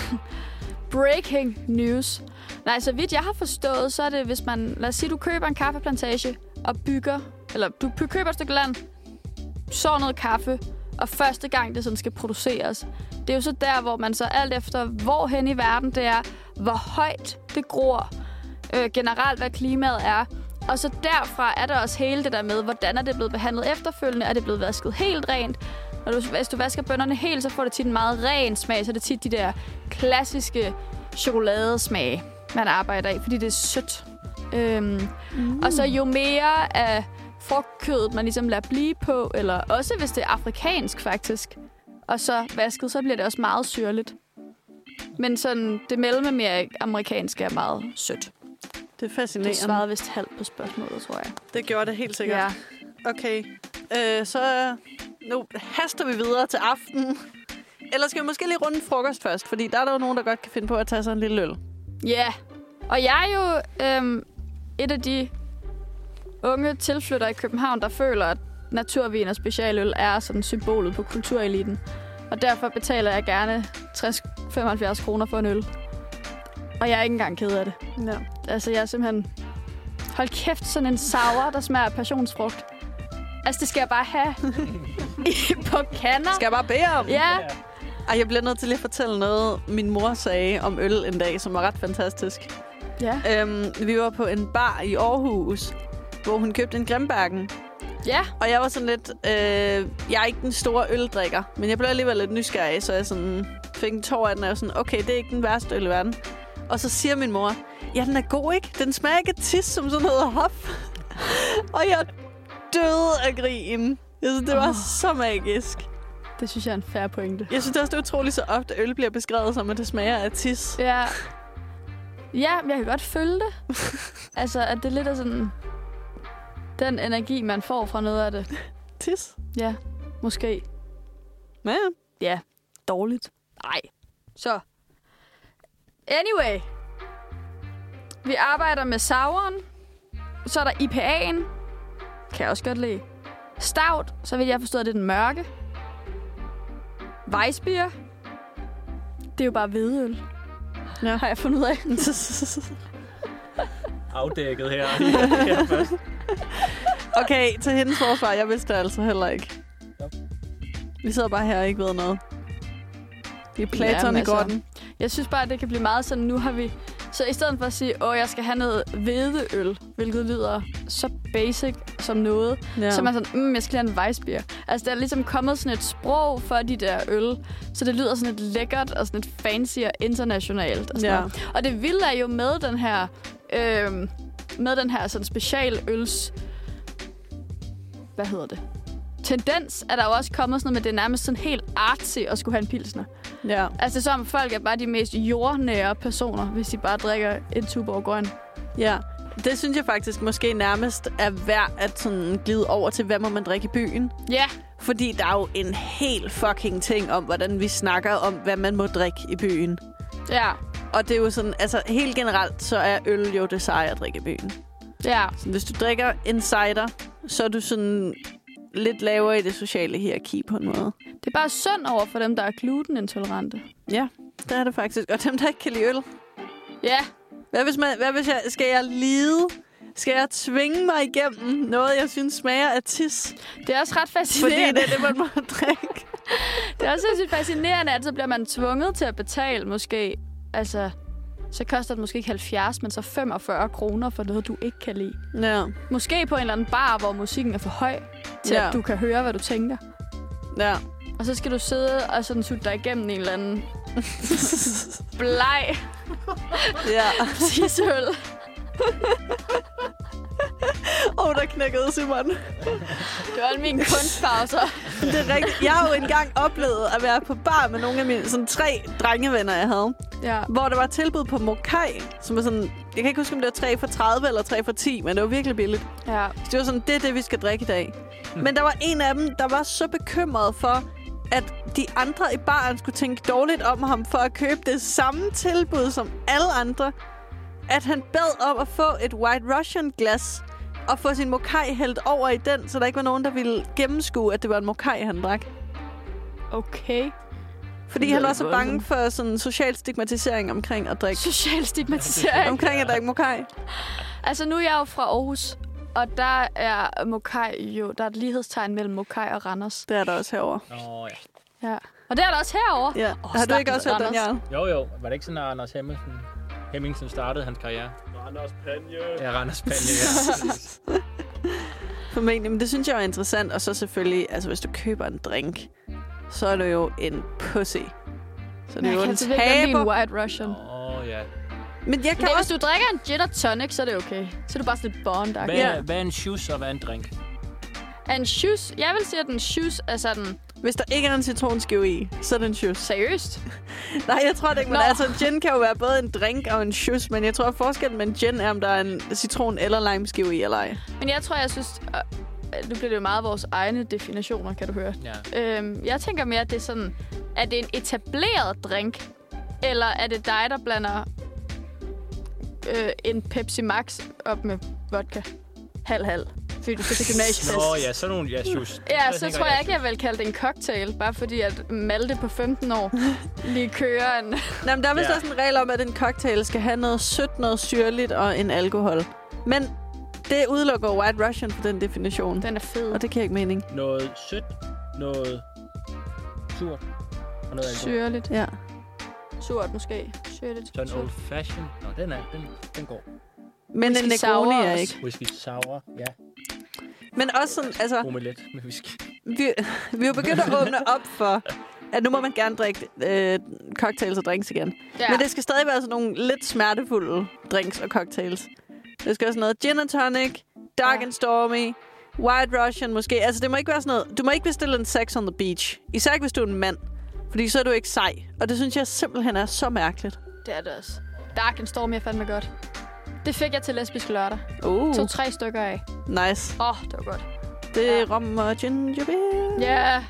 Speaker 4: Breaking news. Nej, så vidt jeg har forstået, så er det, hvis man... Lad os sige, du køber en kaffeplantage og bygger... Eller du p- køber et stykke land, sår noget kaffe, og første gang det sådan skal produceres. Det er jo så der, hvor man så alt efter, hvor hen i verden det er, hvor højt det gror, øh, generelt hvad klimaet er. Og så derfra er der også hele det der med, hvordan er det blevet behandlet efterfølgende, er det blevet vasket helt rent, når du, hvis du vasker bønderne helt, så får det tit en meget ren smag. Så er det tit de der klassiske chokoladesmage, man arbejder i, fordi det er sødt. Øhm, mm. Og så jo mere af frugtkødet, man ligesom lader blive på, eller også hvis det er afrikansk faktisk, og så vasket, så bliver det også meget syrligt. Men sådan, det mellemamerikanske er meget sødt.
Speaker 3: Det er
Speaker 4: Det
Speaker 3: fascinerende.
Speaker 4: svarede vist halvt på spørgsmålet, tror jeg.
Speaker 3: Det, det gjorde det helt sikkert. Ja. Okay, øh, så nu haster vi videre til aftenen. Eller skal vi måske lige runde frokost først, fordi der er der jo nogen, der godt kan finde på at tage sig en lille øl.
Speaker 4: Ja, og jeg er jo øhm, et af de unge tilflyttere i København, der føler, at naturvin og specialøl er sådan symbolet på kultureliten. Og derfor betaler jeg gerne 60-75 kroner for en øl. Og jeg er ikke engang ked af det.
Speaker 3: Ja.
Speaker 4: Altså, jeg er simpelthen... Hold kæft, sådan en sour, der smager af passionsfrugt. Altså, det skal jeg bare have på kander.
Speaker 3: Skal jeg bare bede om?
Speaker 4: Ja,
Speaker 3: Ej, jeg bliver nødt til lige at fortælle noget, min mor sagde om øl en dag, som var ret fantastisk.
Speaker 4: ja,
Speaker 3: Øhm, vi var på en bar i Aarhus, hvor hun købte en Grimbergen.
Speaker 4: ja.
Speaker 3: Og jeg var sådan lidt... Øh, jeg er ikke den store øldrikker, men jeg blev alligevel lidt nysgerrig, så jeg sådan fik en tår af den, og jeg var sådan, okay, det er ikke den værste øl i verden. Og så siger min mor, ja, den er god, ikke? Den smager ikke af tis, som sådan hedder hof. og jeg døde af grin. Jeg synes, det var oh. så magisk.
Speaker 4: Det synes jeg er en fair pointe.
Speaker 3: Jeg synes også, det er utroligt, så ofte øl bliver beskrevet som, at det smager af tis.
Speaker 4: Ja. Ja, men jeg kan godt følge det. altså, at det lidt er sådan... Den energi, man får fra noget af det.
Speaker 3: Tis?
Speaker 4: Ja, måske.
Speaker 3: Ja.
Speaker 4: Ja, dårligt. Nej. Så. Anyway. Vi arbejder med sauren. Så er der IPA'en. Kan jeg også godt lide. Stout, så vil jeg forstå, at det er den mørke. Weissbier. Det er jo bare hvedøl.
Speaker 3: Ja.
Speaker 4: Har jeg fundet ud af.
Speaker 5: Afdækket her.
Speaker 3: Okay, til hendes forsvar, jeg vidste det altså heller ikke. Vi sidder bare her og ikke ved noget. Vi er Platon ja,
Speaker 4: Jamen,
Speaker 3: i
Speaker 4: altså.
Speaker 3: gården.
Speaker 4: Jeg synes bare, at det kan blive meget sådan, nu har vi... Så i stedet for at sige, åh, jeg skal have noget hvedeøl, hvilket lyder så basic som noget,
Speaker 3: Ja.
Speaker 4: ja. så er man sådan, mm, jeg skal have en weissbier. Altså, der er ligesom kommet sådan et sprog for de der øl, så det lyder sådan lidt lækkert og sådan lidt fancy og internationalt. Og, sådan
Speaker 3: Ja.
Speaker 4: ja. og det vilde er jo med den her, øh, med den her sådan specialøls... Hvad hedder det? Tendens er der jo også kommet sådan noget med, det er nærmest sådan helt artsy at skulle have en pilsner.
Speaker 3: ja.
Speaker 4: Altså, det er som folk er bare de mest jordnære personer, hvis de bare drikker en tuborg grøn.
Speaker 3: ja. Det synes jeg faktisk måske nærmest er værd at sådan glide over til, hvad må man drikke i byen.
Speaker 4: Ja,
Speaker 3: Fordi der er jo en helt fucking ting om, hvordan vi snakker om, hvad man må drikke i byen.
Speaker 4: ja,
Speaker 3: Og det er jo sådan, altså helt generelt, så er øl jo det seje at drikke i byen.
Speaker 4: ja.
Speaker 3: Så hvis du drikker en cider, så er du sådan lidt lavere i det sociale hierarki på en måde.
Speaker 4: Det er bare synd over for dem, der er glutenintolerante.
Speaker 3: Ja, det er det faktisk. Og dem, der ikke kan lide øl.
Speaker 4: Ja,
Speaker 3: Hvad hvis, man, hvad hvis jeg... Skal jeg lide? Skal jeg tvinge mig igennem noget, jeg synes smager af tis?
Speaker 4: det er også ret
Speaker 3: Fordi
Speaker 4: fascinerende.
Speaker 3: det er det, man må drikke.
Speaker 4: Det er også sindssygt fascinerende, at så bliver man tvunget til at betale måske, altså, så koster det måske ikke 70, men så 45 kroner for noget, du ikke kan lide.
Speaker 3: Ja,
Speaker 4: Måske på en eller anden bar, hvor musikken er for høj, til
Speaker 3: Ja.
Speaker 4: ja. at du kan høre, hvad du tænker.
Speaker 3: ja.
Speaker 4: Og så skal du sidde og sådan sutte dig igennem en eller anden bleg
Speaker 3: ja.
Speaker 4: tissehøl.
Speaker 3: Og Åh, oh, der knækkede Simon.
Speaker 4: Det var alle mine kunstpauser.
Speaker 3: Det er rigtigt. Jeg har jo engang oplevet at være på bar med nogle af mine sådan, tre drengevenner, jeg havde.
Speaker 4: ja.
Speaker 3: Hvor der var tilbud på Mokai, som er sådan... Jeg kan ikke huske, om det var 3 for 30 eller 3 for 10, men det var virkelig billigt.
Speaker 4: ja.
Speaker 3: Så det var sådan, det er det, vi skal drikke i dag.
Speaker 4: Mm.
Speaker 3: Men der var en af dem, der var så bekymret for, at de andre i baren skulle tænke dårligt om ham for at købe det samme tilbud som alle andre, at han bad om at få et White Russian glas og få sin mokai hældt over i den, så der ikke var nogen, der ville gennemskue, at det var en mokai, han drak.
Speaker 4: Okay.
Speaker 3: Fordi han var så bange for sådan social stigmatisering omkring at drikke,
Speaker 4: Social stigmatisering.
Speaker 3: omkring at drikke mokai.
Speaker 4: Altså, nu er jeg jo fra Aarhus, og der er Mokai jo... Der er et lighedstegn mellem Mokai og Randers.
Speaker 3: Det er der også herovre.
Speaker 6: Nå, ja.
Speaker 4: Ja. Og det er der også herovre.
Speaker 3: Ja.
Speaker 4: Åh,
Speaker 3: Har du ikke
Speaker 4: stakkels
Speaker 3: også hørt den,
Speaker 4: Anders.
Speaker 3: Jarl?
Speaker 6: Jo, jo. Var det ikke sådan, at Anders Hemmingsen, Hemmingsen startede hans karriere?
Speaker 5: Anders Panje.
Speaker 6: Ja, Randers Pande, ja.
Speaker 3: Formentlig, men det synes jeg er interessant. Og så selvfølgelig, altså hvis du køber en drink, så er du jo en pussy. Så det
Speaker 4: Men
Speaker 3: er
Speaker 4: jeg
Speaker 3: jo
Speaker 4: kan
Speaker 3: en
Speaker 4: altså ikke lide en
Speaker 3: taber.
Speaker 4: white Russian.
Speaker 6: Åh, oh, ja.
Speaker 3: Men jeg
Speaker 4: Men
Speaker 3: kan
Speaker 4: det, er, hvis
Speaker 3: også...
Speaker 4: du drikker en gin og tonic, så er det okay. Så er du bare sådan lidt bond
Speaker 6: Hvad,
Speaker 3: Ja.
Speaker 6: ja. hvad er en shoes og hvad er en drink?
Speaker 4: En shoes... Jeg vil sige, at en shoes er sådan...
Speaker 3: Hvis der ikke er en citronskive i, så er det en juice.
Speaker 4: Seriøst?
Speaker 3: Nej, jeg tror det ikke, men
Speaker 4: Nå.
Speaker 3: altså gin kan jo være både en drink og en juice, men jeg tror, at forskellen med en gin er, om der er en citron- eller limeskive i eller ej.
Speaker 4: Men jeg tror, jeg synes... øh, Nu bliver det jo meget vores egne definitioner, kan du høre.
Speaker 6: Ja.
Speaker 4: Øhm, jeg tænker mere, at det er sådan... Er det en etableret drink? Eller er det dig, der blander øh, en Pepsi Max op med vodka? Halv-halv. Fordi du skal til gymnasiefest.
Speaker 6: Nå, ja, sådan nogle, ja, shoes.
Speaker 4: Ja, så
Speaker 6: tænker
Speaker 4: tror jeg ikke, jeg vil kalde det en cocktail, bare fordi at Malte på 15 år lige kører en...
Speaker 3: Nå, men der er vist
Speaker 6: Ja.
Speaker 3: også en regel om, at en cocktail skal have noget sødt, noget syrligt og en alkohol. Men det udelukker White Russian for den definition.
Speaker 4: Den er fed.
Speaker 3: Og det giver ikke mening.
Speaker 6: Noget sødt, noget surt og noget alkohol.
Speaker 4: Syrligt.
Speaker 3: Ja.
Speaker 4: Surt måske. Syrligt.
Speaker 6: Så en old fashion. Nå, den er, den, den går.
Speaker 3: Men en
Speaker 4: Whisky
Speaker 3: Negroni
Speaker 4: sour
Speaker 3: er
Speaker 4: også.
Speaker 3: ikke.
Speaker 6: Whisky sour, ja.
Speaker 3: Men også sådan, altså...
Speaker 6: Omelet med whisky.
Speaker 3: vi, vi er jo begyndt at åbne op for, at nu må man gerne drikke øh, cocktails og drinks igen. Ja.
Speaker 4: Ja.
Speaker 3: Men det skal stadig være sådan nogle lidt smertefulde drinks og cocktails. Det skal være sådan noget gin and tonic, dark
Speaker 4: Ja.
Speaker 3: ja. and stormy, white russian måske. Altså det må ikke være sådan noget, du må ikke bestille en sex on the beach. Især ikke, hvis du er en mand. Fordi så er du ikke sej. Og det synes jeg simpelthen er så mærkeligt.
Speaker 4: det er det også. Dark and Storm, jeg fandme godt. Det fik jeg til lesbisk lørdag.
Speaker 3: Uh,
Speaker 4: To-tre stykker af.
Speaker 3: nice.
Speaker 4: Åh, oh, det var godt.
Speaker 3: Det
Speaker 4: Ja.
Speaker 3: er rom og ginger beer.
Speaker 4: Ja.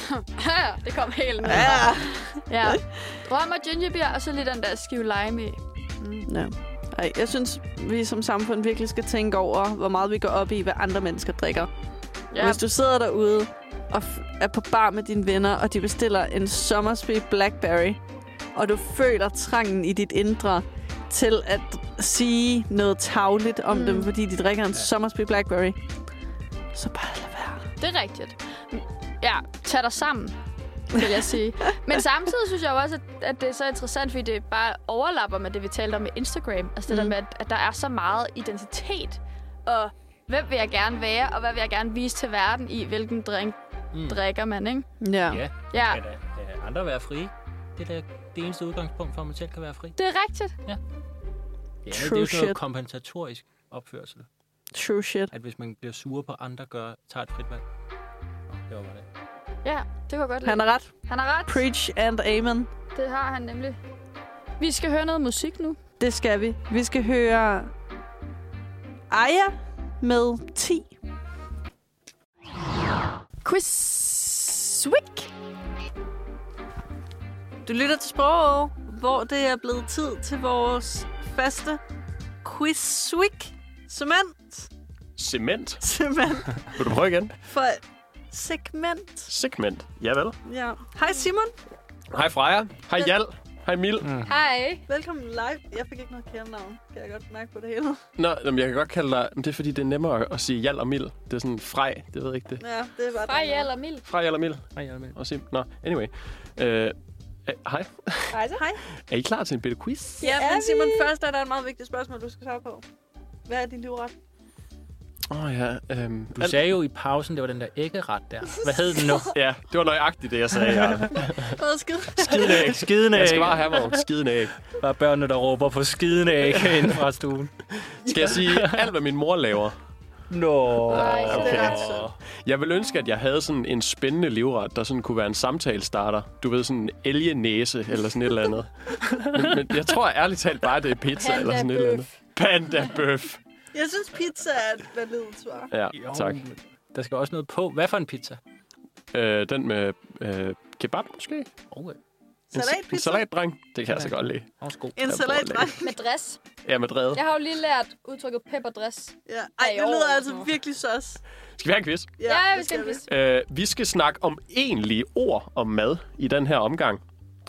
Speaker 4: Yeah. det kom helt ned.
Speaker 3: Ja.
Speaker 4: ja. Rom og gingerbeer, og så lige den der skive lime i.
Speaker 3: Ja. Ej, jeg synes, vi som samfund virkelig skal tænke over, hvor meget vi går op i, hvad andre mennesker drikker. Ja.
Speaker 4: Ja.
Speaker 3: Hvis du sidder derude og f- er på bar med dine venner, og de bestiller en Sommersby Blackberry, og du føler trangen i dit indre til at sige noget tavligt om
Speaker 4: Mm.
Speaker 3: mm. dem, fordi de drikker en ja. Sommersby Blackberry, så bare lad være.
Speaker 4: Det er rigtigt. Ja, tag dig sammen, vil jeg sige. Men samtidig synes jeg jo også, at- at det er så interessant, fordi det bare overlapper med det, vi talte om med Instagram. Altså det mm. der
Speaker 3: Mm.
Speaker 4: med, at- at der er så meget identitet, og hvem vil jeg gerne være, og hvad vil jeg gerne vise til verden i, hvilken drink
Speaker 6: Mm.
Speaker 4: drikker man, ikke?
Speaker 3: Ja.
Speaker 6: Ja,
Speaker 4: Ja,
Speaker 6: kan da, kan andre være frie. Det er da det eneste udgangspunkt for, at man selv kan være fri.
Speaker 4: det er rigtigt.
Speaker 6: Ja,
Speaker 3: True
Speaker 6: det er jo sådan noget
Speaker 3: shit.
Speaker 6: kompensatorisk opførsel.
Speaker 3: True shit.
Speaker 6: At hvis man bliver sur på andre, gør, tager et frit valg. Nå, Det var bare det.
Speaker 4: Ja, det kunne jeg godt lide.
Speaker 3: Han har ret.
Speaker 4: Han har ret.
Speaker 3: Preach and amen.
Speaker 4: Det har han nemlig. Vi skal høre noget musik nu.
Speaker 3: Det skal vi. Vi skal høre Aya med 10.
Speaker 4: Quiz Week.
Speaker 3: Du lytter til Sprog, hvor det er blevet tid til vores faste quiz-week. Cement.
Speaker 5: Cement.
Speaker 3: Cement.
Speaker 5: Vil du prøve igen?
Speaker 3: For segment.
Speaker 5: Segment. Javel.
Speaker 3: Ja. Hej Simon.
Speaker 5: Hej Freja. Hej Jal. Hej Mil.
Speaker 4: Hej.
Speaker 3: Velkommen live. Jeg fik ikke noget kælenavn. Kan jeg godt mærke på det hele.
Speaker 5: Nå, jamen, jeg kan godt kalde dig... Men det er fordi, det er nemmere at- at sige Jal og Mil. Det er sådan Frej. Det ved jeg ikke det.
Speaker 3: Ja, det var
Speaker 4: Hej, eller Mild.
Speaker 5: Frej eller Mil.
Speaker 6: Nej, jeg er med.
Speaker 5: Og Sim. Nå, anyway. Øh, øh, hej.
Speaker 3: Hej. Hej.
Speaker 5: Er I klar til en bitte quiz?
Speaker 3: Ja, men Simon, først er der et meget vigtigt spørgsmål, du skal svare på. Hvad er din livret?
Speaker 5: Åh oh, ja. Øhm,
Speaker 6: Du
Speaker 5: alt-
Speaker 6: sagde jo i pausen, det var den der æggeret der. Hvad hed den nu?
Speaker 5: Ja, det var nøjagtigt det, jeg sagde. Ja.
Speaker 3: Hvad skid?
Speaker 6: Skidende æg. Skidende æg.
Speaker 5: Jeg skal bare have mig nogle skidende æg.
Speaker 6: Bare børnene, der råber på skidende æg inden fra stuen.
Speaker 5: Skal jeg sige alt, hvad min mor laver?
Speaker 7: Nå.
Speaker 4: Nej, det er ret
Speaker 7: Jeg vil ønske, at jeg havde sådan en spændende livret, der sådan kunne være en samtalestarter. Du ved, sådan en elgenæse eller sådan et eller andet. men, men jeg tror ærligt talt bare, det er pizza eller sådan et eller andet. Pandabøf.
Speaker 3: Jeg synes, pizza er et validt svar.
Speaker 7: Ja, tak.
Speaker 6: Der skal også noget på. Hvad for en pizza?
Speaker 7: Øh, den med øh, kebab måske? En
Speaker 6: Okay.
Speaker 7: s- En
Speaker 3: Salatpizza.
Speaker 7: salatdreng. Det kan jeg så godt lide.
Speaker 6: Også god.
Speaker 3: En
Speaker 7: Jeg
Speaker 3: salatdreng.
Speaker 8: Med dress.
Speaker 7: Ja, med drevet.
Speaker 8: Jeg har jo lige lært udtrykket pepperdress.
Speaker 3: Ja. Ej, det
Speaker 8: Ej,
Speaker 3: lyder
Speaker 8: åh,
Speaker 3: altså
Speaker 8: nå.
Speaker 3: virkelig sås.
Speaker 7: Skal vi have en quiz?
Speaker 8: Ja, ja vi skal
Speaker 3: det
Speaker 8: vise.
Speaker 7: Øh, vi skal snakke om egentlige ord om mad i den her omgang.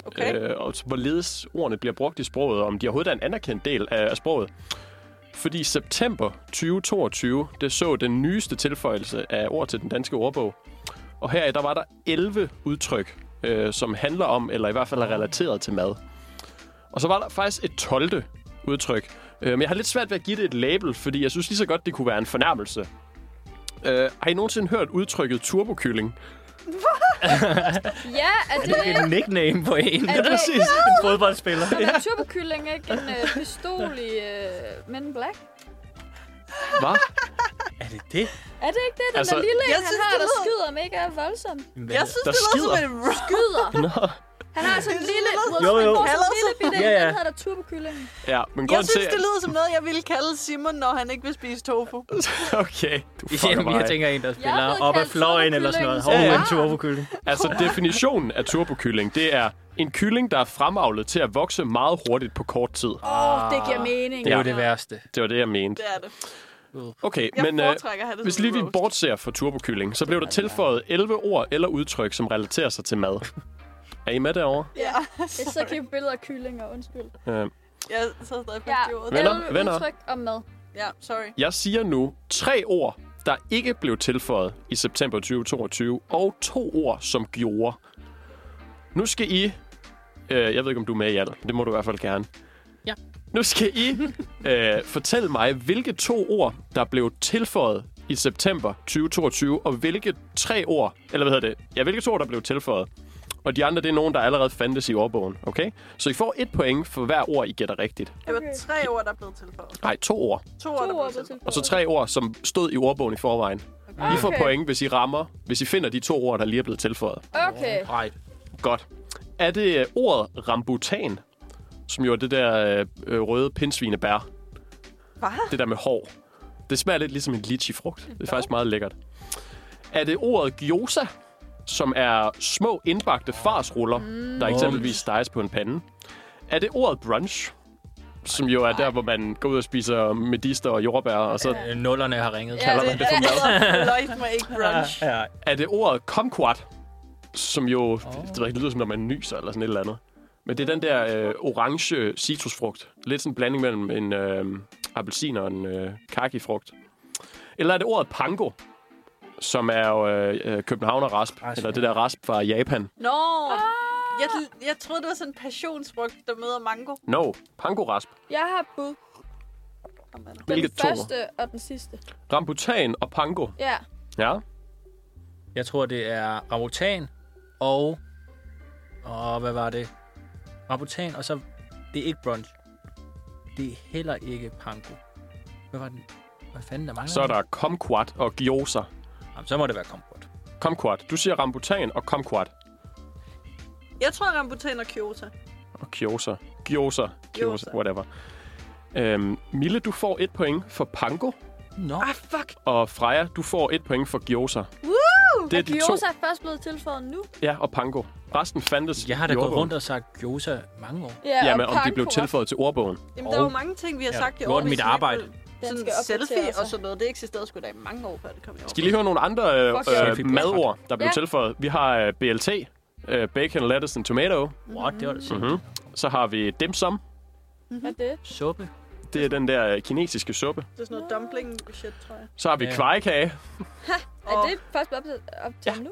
Speaker 3: Okay.
Speaker 7: Øh, og hvorledes ordene bliver brugt i sproget, og om de overhovedet er en anerkendt del af, af sproget. Fordi i september 2022, det så den nyeste tilføjelse af ord til den danske ordbog. Og her der var der 11 udtryk, øh, som handler om, eller i hvert fald er relateret til mad. Og så var der faktisk et 12. udtryk. Øh, men jeg har lidt svært ved at give det et label, fordi jeg synes lige så godt, det kunne være en fornærmelse. Øh, har I nogensinde hørt udtrykket turbokylling?
Speaker 8: Ja, er det,
Speaker 7: Det er en nickname på en.
Speaker 8: er det,
Speaker 7: Præcis. En fodboldspiller.
Speaker 8: er det turbokylling, ikke? En øh, pistol i øh, Men in Black?
Speaker 7: Hvad?
Speaker 6: Er det det?
Speaker 8: Er det ikke det, den altså,
Speaker 7: Altså-
Speaker 8: der lille en,
Speaker 3: Jeg
Speaker 8: han
Speaker 3: synes,
Speaker 8: har,
Speaker 3: det
Speaker 8: der
Speaker 3: lyder-
Speaker 8: skyder mega voldsomt?
Speaker 6: Hvad?
Speaker 3: Jeg synes,
Speaker 7: Der
Speaker 3: det lyder som
Speaker 7: skider.
Speaker 3: en rock.
Speaker 8: Skyder?
Speaker 7: Nå.
Speaker 8: Han har sådan en
Speaker 3: synes,
Speaker 8: lille,
Speaker 3: det lyder-
Speaker 8: jo,
Speaker 6: Jo,
Speaker 8: jo.
Speaker 6: jo.
Speaker 8: Han sådan en lille bitte,
Speaker 6: Ja,
Speaker 8: ja,
Speaker 6: ja.
Speaker 8: ja. han hedder turbokylling.
Speaker 7: Ja, men
Speaker 3: Jeg
Speaker 7: grund til...
Speaker 3: synes, det lyder som noget, jeg ville kalde Simon, når han ikke vil spise tofu.
Speaker 7: Okay, du fucker
Speaker 6: Jamen,
Speaker 7: mig.
Speaker 6: jeg tænker en, der
Speaker 8: Jeg
Speaker 6: spiller
Speaker 8: ved
Speaker 6: op ad
Speaker 8: kaldt
Speaker 6: fløjen eller sådan noget. Hov,
Speaker 7: turbokylling. Ja,
Speaker 6: en
Speaker 7: ja.
Speaker 6: turbokylling.
Speaker 7: Altså, definitionen af turbokylling, det er en kylling, der er fremavlet til at vokse meget hurtigt på kort tid.
Speaker 8: Åh, oh, det giver mening.
Speaker 6: Det er jo det værste.
Speaker 7: Det var det, jeg mente.
Speaker 3: Det er det.
Speaker 7: Okay,
Speaker 3: Jeg
Speaker 7: men øh,
Speaker 3: foretrækker at have det
Speaker 7: hvis
Speaker 3: som
Speaker 7: lige
Speaker 3: en
Speaker 7: vi
Speaker 3: roast.
Speaker 7: bortser fra turbokylling, så blev der tilføjet 11 ord eller udtryk, som relaterer sig til mad. Er I med derovre?
Speaker 3: Ja,
Speaker 8: Jeg sidder og kigger på billeder af kyllinger, undskyld.
Speaker 7: Øh,
Speaker 3: jeg sad stadig på
Speaker 8: Ja,
Speaker 3: jordet.
Speaker 7: Venner,
Speaker 8: alle
Speaker 7: venner.
Speaker 8: udtryk om mad.
Speaker 3: Ja, sorry.
Speaker 7: jeg siger nu tre ord, der ikke blev tilføjet i september 2022, og to ord, som gjorde. Nu skal I... Øh, jeg ved ikke, om du er med i alt. Det må du i hvert fald gerne.
Speaker 6: Ja.
Speaker 7: Nu skal I øh, fortælle mig, hvilke to ord, der blev tilføjet i september 2022, og hvilke tre ord, eller hvad hedder det? Ja, hvilke to ord, der blev tilføjet. Og de andre, det er nogen, der allerede fandtes i ordbogen, okay? Så I får et point for hver ord, I gætter rigtigt.
Speaker 3: Det var tre ord, der er blevet tilføjet.
Speaker 7: Nej, to ord.
Speaker 3: To ord,
Speaker 8: To ord
Speaker 3: der blev
Speaker 8: på
Speaker 3: tilføjet.
Speaker 8: telefonen.
Speaker 7: Og så tre ord, som stod i ordbogen i forvejen. Okay. I får point, hvis I rammer, hvis I finder de to ord, der lige er blevet tilføjet.
Speaker 8: Okay.
Speaker 6: Right.
Speaker 7: Godt. Er det øh, ordet rambutan, som jo er det der øh, øh, røde pindsvinebær?
Speaker 3: Hvad?
Speaker 7: Det der med hår. Det smager lidt ligesom en litchi-frugt. Det er faktisk meget lækkert. Er det ordet gyoza, som er små indbagte farsruller, mm. der eksempelvis steges på en pande? Er det ordet brunch, som jo er der, hvor man går ud og spiser medister og jordbær, og så
Speaker 6: Øh, Nullerne har ringet.
Speaker 8: Ja,
Speaker 6: Kalder
Speaker 3: Det
Speaker 6: man det
Speaker 3: er
Speaker 6: for mad?
Speaker 3: Løjt mig ikke brunch.
Speaker 7: er det ordet kumquat, som jo, oh. det, ved jeg ikke, det lyder som, når man nyser eller sådan et eller andet. Men det er den der øh, orange citrusfrugt. Lidt sådan en blanding mellem en øh, appelsin og en øh, kakifrugt. Eller er det ordet pango, som er jo øh, øh, Københavner rasp,
Speaker 6: Rasp,
Speaker 7: eller
Speaker 6: ja.
Speaker 7: det der rasp fra Japan.
Speaker 3: Nå, jeg, jeg troede, det var sådan en passionsfrugt, der møder mango.
Speaker 7: No, pango rasp.
Speaker 8: Jeg har bud.
Speaker 7: Hvilke
Speaker 8: den
Speaker 7: to?
Speaker 8: første og den sidste.
Speaker 7: Rambutan og pango.
Speaker 8: Ja.
Speaker 7: Ja,
Speaker 6: Jeg tror, det er rambutan og... Og hvad var det? Rambutan, og så... Det er ikke brunch. Det er heller ikke panko. Hvad var den? Hvad fanden, der mangler?
Speaker 7: så er der kumquat og gyoza.
Speaker 6: Jamen, så må det være kompot.
Speaker 7: Kumquat. Du siger rambutan og kumquat.
Speaker 3: Jeg tror, rambutan og kyoto.
Speaker 7: og Kyosa. Kyosa. Kyosa,
Speaker 3: Kyosa.
Speaker 7: whatever. Øhm, Mille, du får et point for Pango,
Speaker 6: Nå,
Speaker 3: Ah, fuck.
Speaker 7: og Freja, du får et point for Gyosa.
Speaker 8: Woo!
Speaker 7: Det er
Speaker 8: er
Speaker 7: de
Speaker 8: gyoza er først blevet tilføjet nu.
Speaker 7: Ja, og Pango. Resten fandtes
Speaker 6: jeg har da
Speaker 7: i
Speaker 6: gået
Speaker 7: ordbogen.
Speaker 6: rundt og sagt gyoza mange år.
Speaker 8: Ja,
Speaker 7: Jamen, om de
Speaker 8: panko
Speaker 7: blev
Speaker 8: er-
Speaker 7: tilføjet til ordbogen.
Speaker 3: Jamen, der er
Speaker 6: Og-
Speaker 3: jo mange ting, vi har
Speaker 6: Ja,
Speaker 3: sagt i
Speaker 6: gjort
Speaker 3: år.
Speaker 6: mit arbejde.
Speaker 8: Den
Speaker 3: Sådan
Speaker 8: skal opdatere
Speaker 3: selfie
Speaker 8: sig.
Speaker 3: og sådan noget, det eksisterede sgu da i mange år, før det kom i år.
Speaker 7: Skal I lige høre nogle andre øh,
Speaker 8: Fuck
Speaker 6: yeah.
Speaker 7: øh, madord, der blev
Speaker 8: Ja.
Speaker 7: tilføjet? Vi har øh, BLT, øh, bacon, lettuce and tomato.
Speaker 6: What? Det var da sindssygt.
Speaker 7: Mhm. Så har vi dim sum.
Speaker 8: Hvad er det?
Speaker 6: Suppe.
Speaker 7: Det er den der øh, kinesiske suppe.
Speaker 3: Det er sådan noget dumpling shit, tror jeg.
Speaker 7: Så har vi
Speaker 6: Ja.
Speaker 7: kvejkage,
Speaker 8: Er
Speaker 3: Og-
Speaker 8: det først blevet opdaget opdaget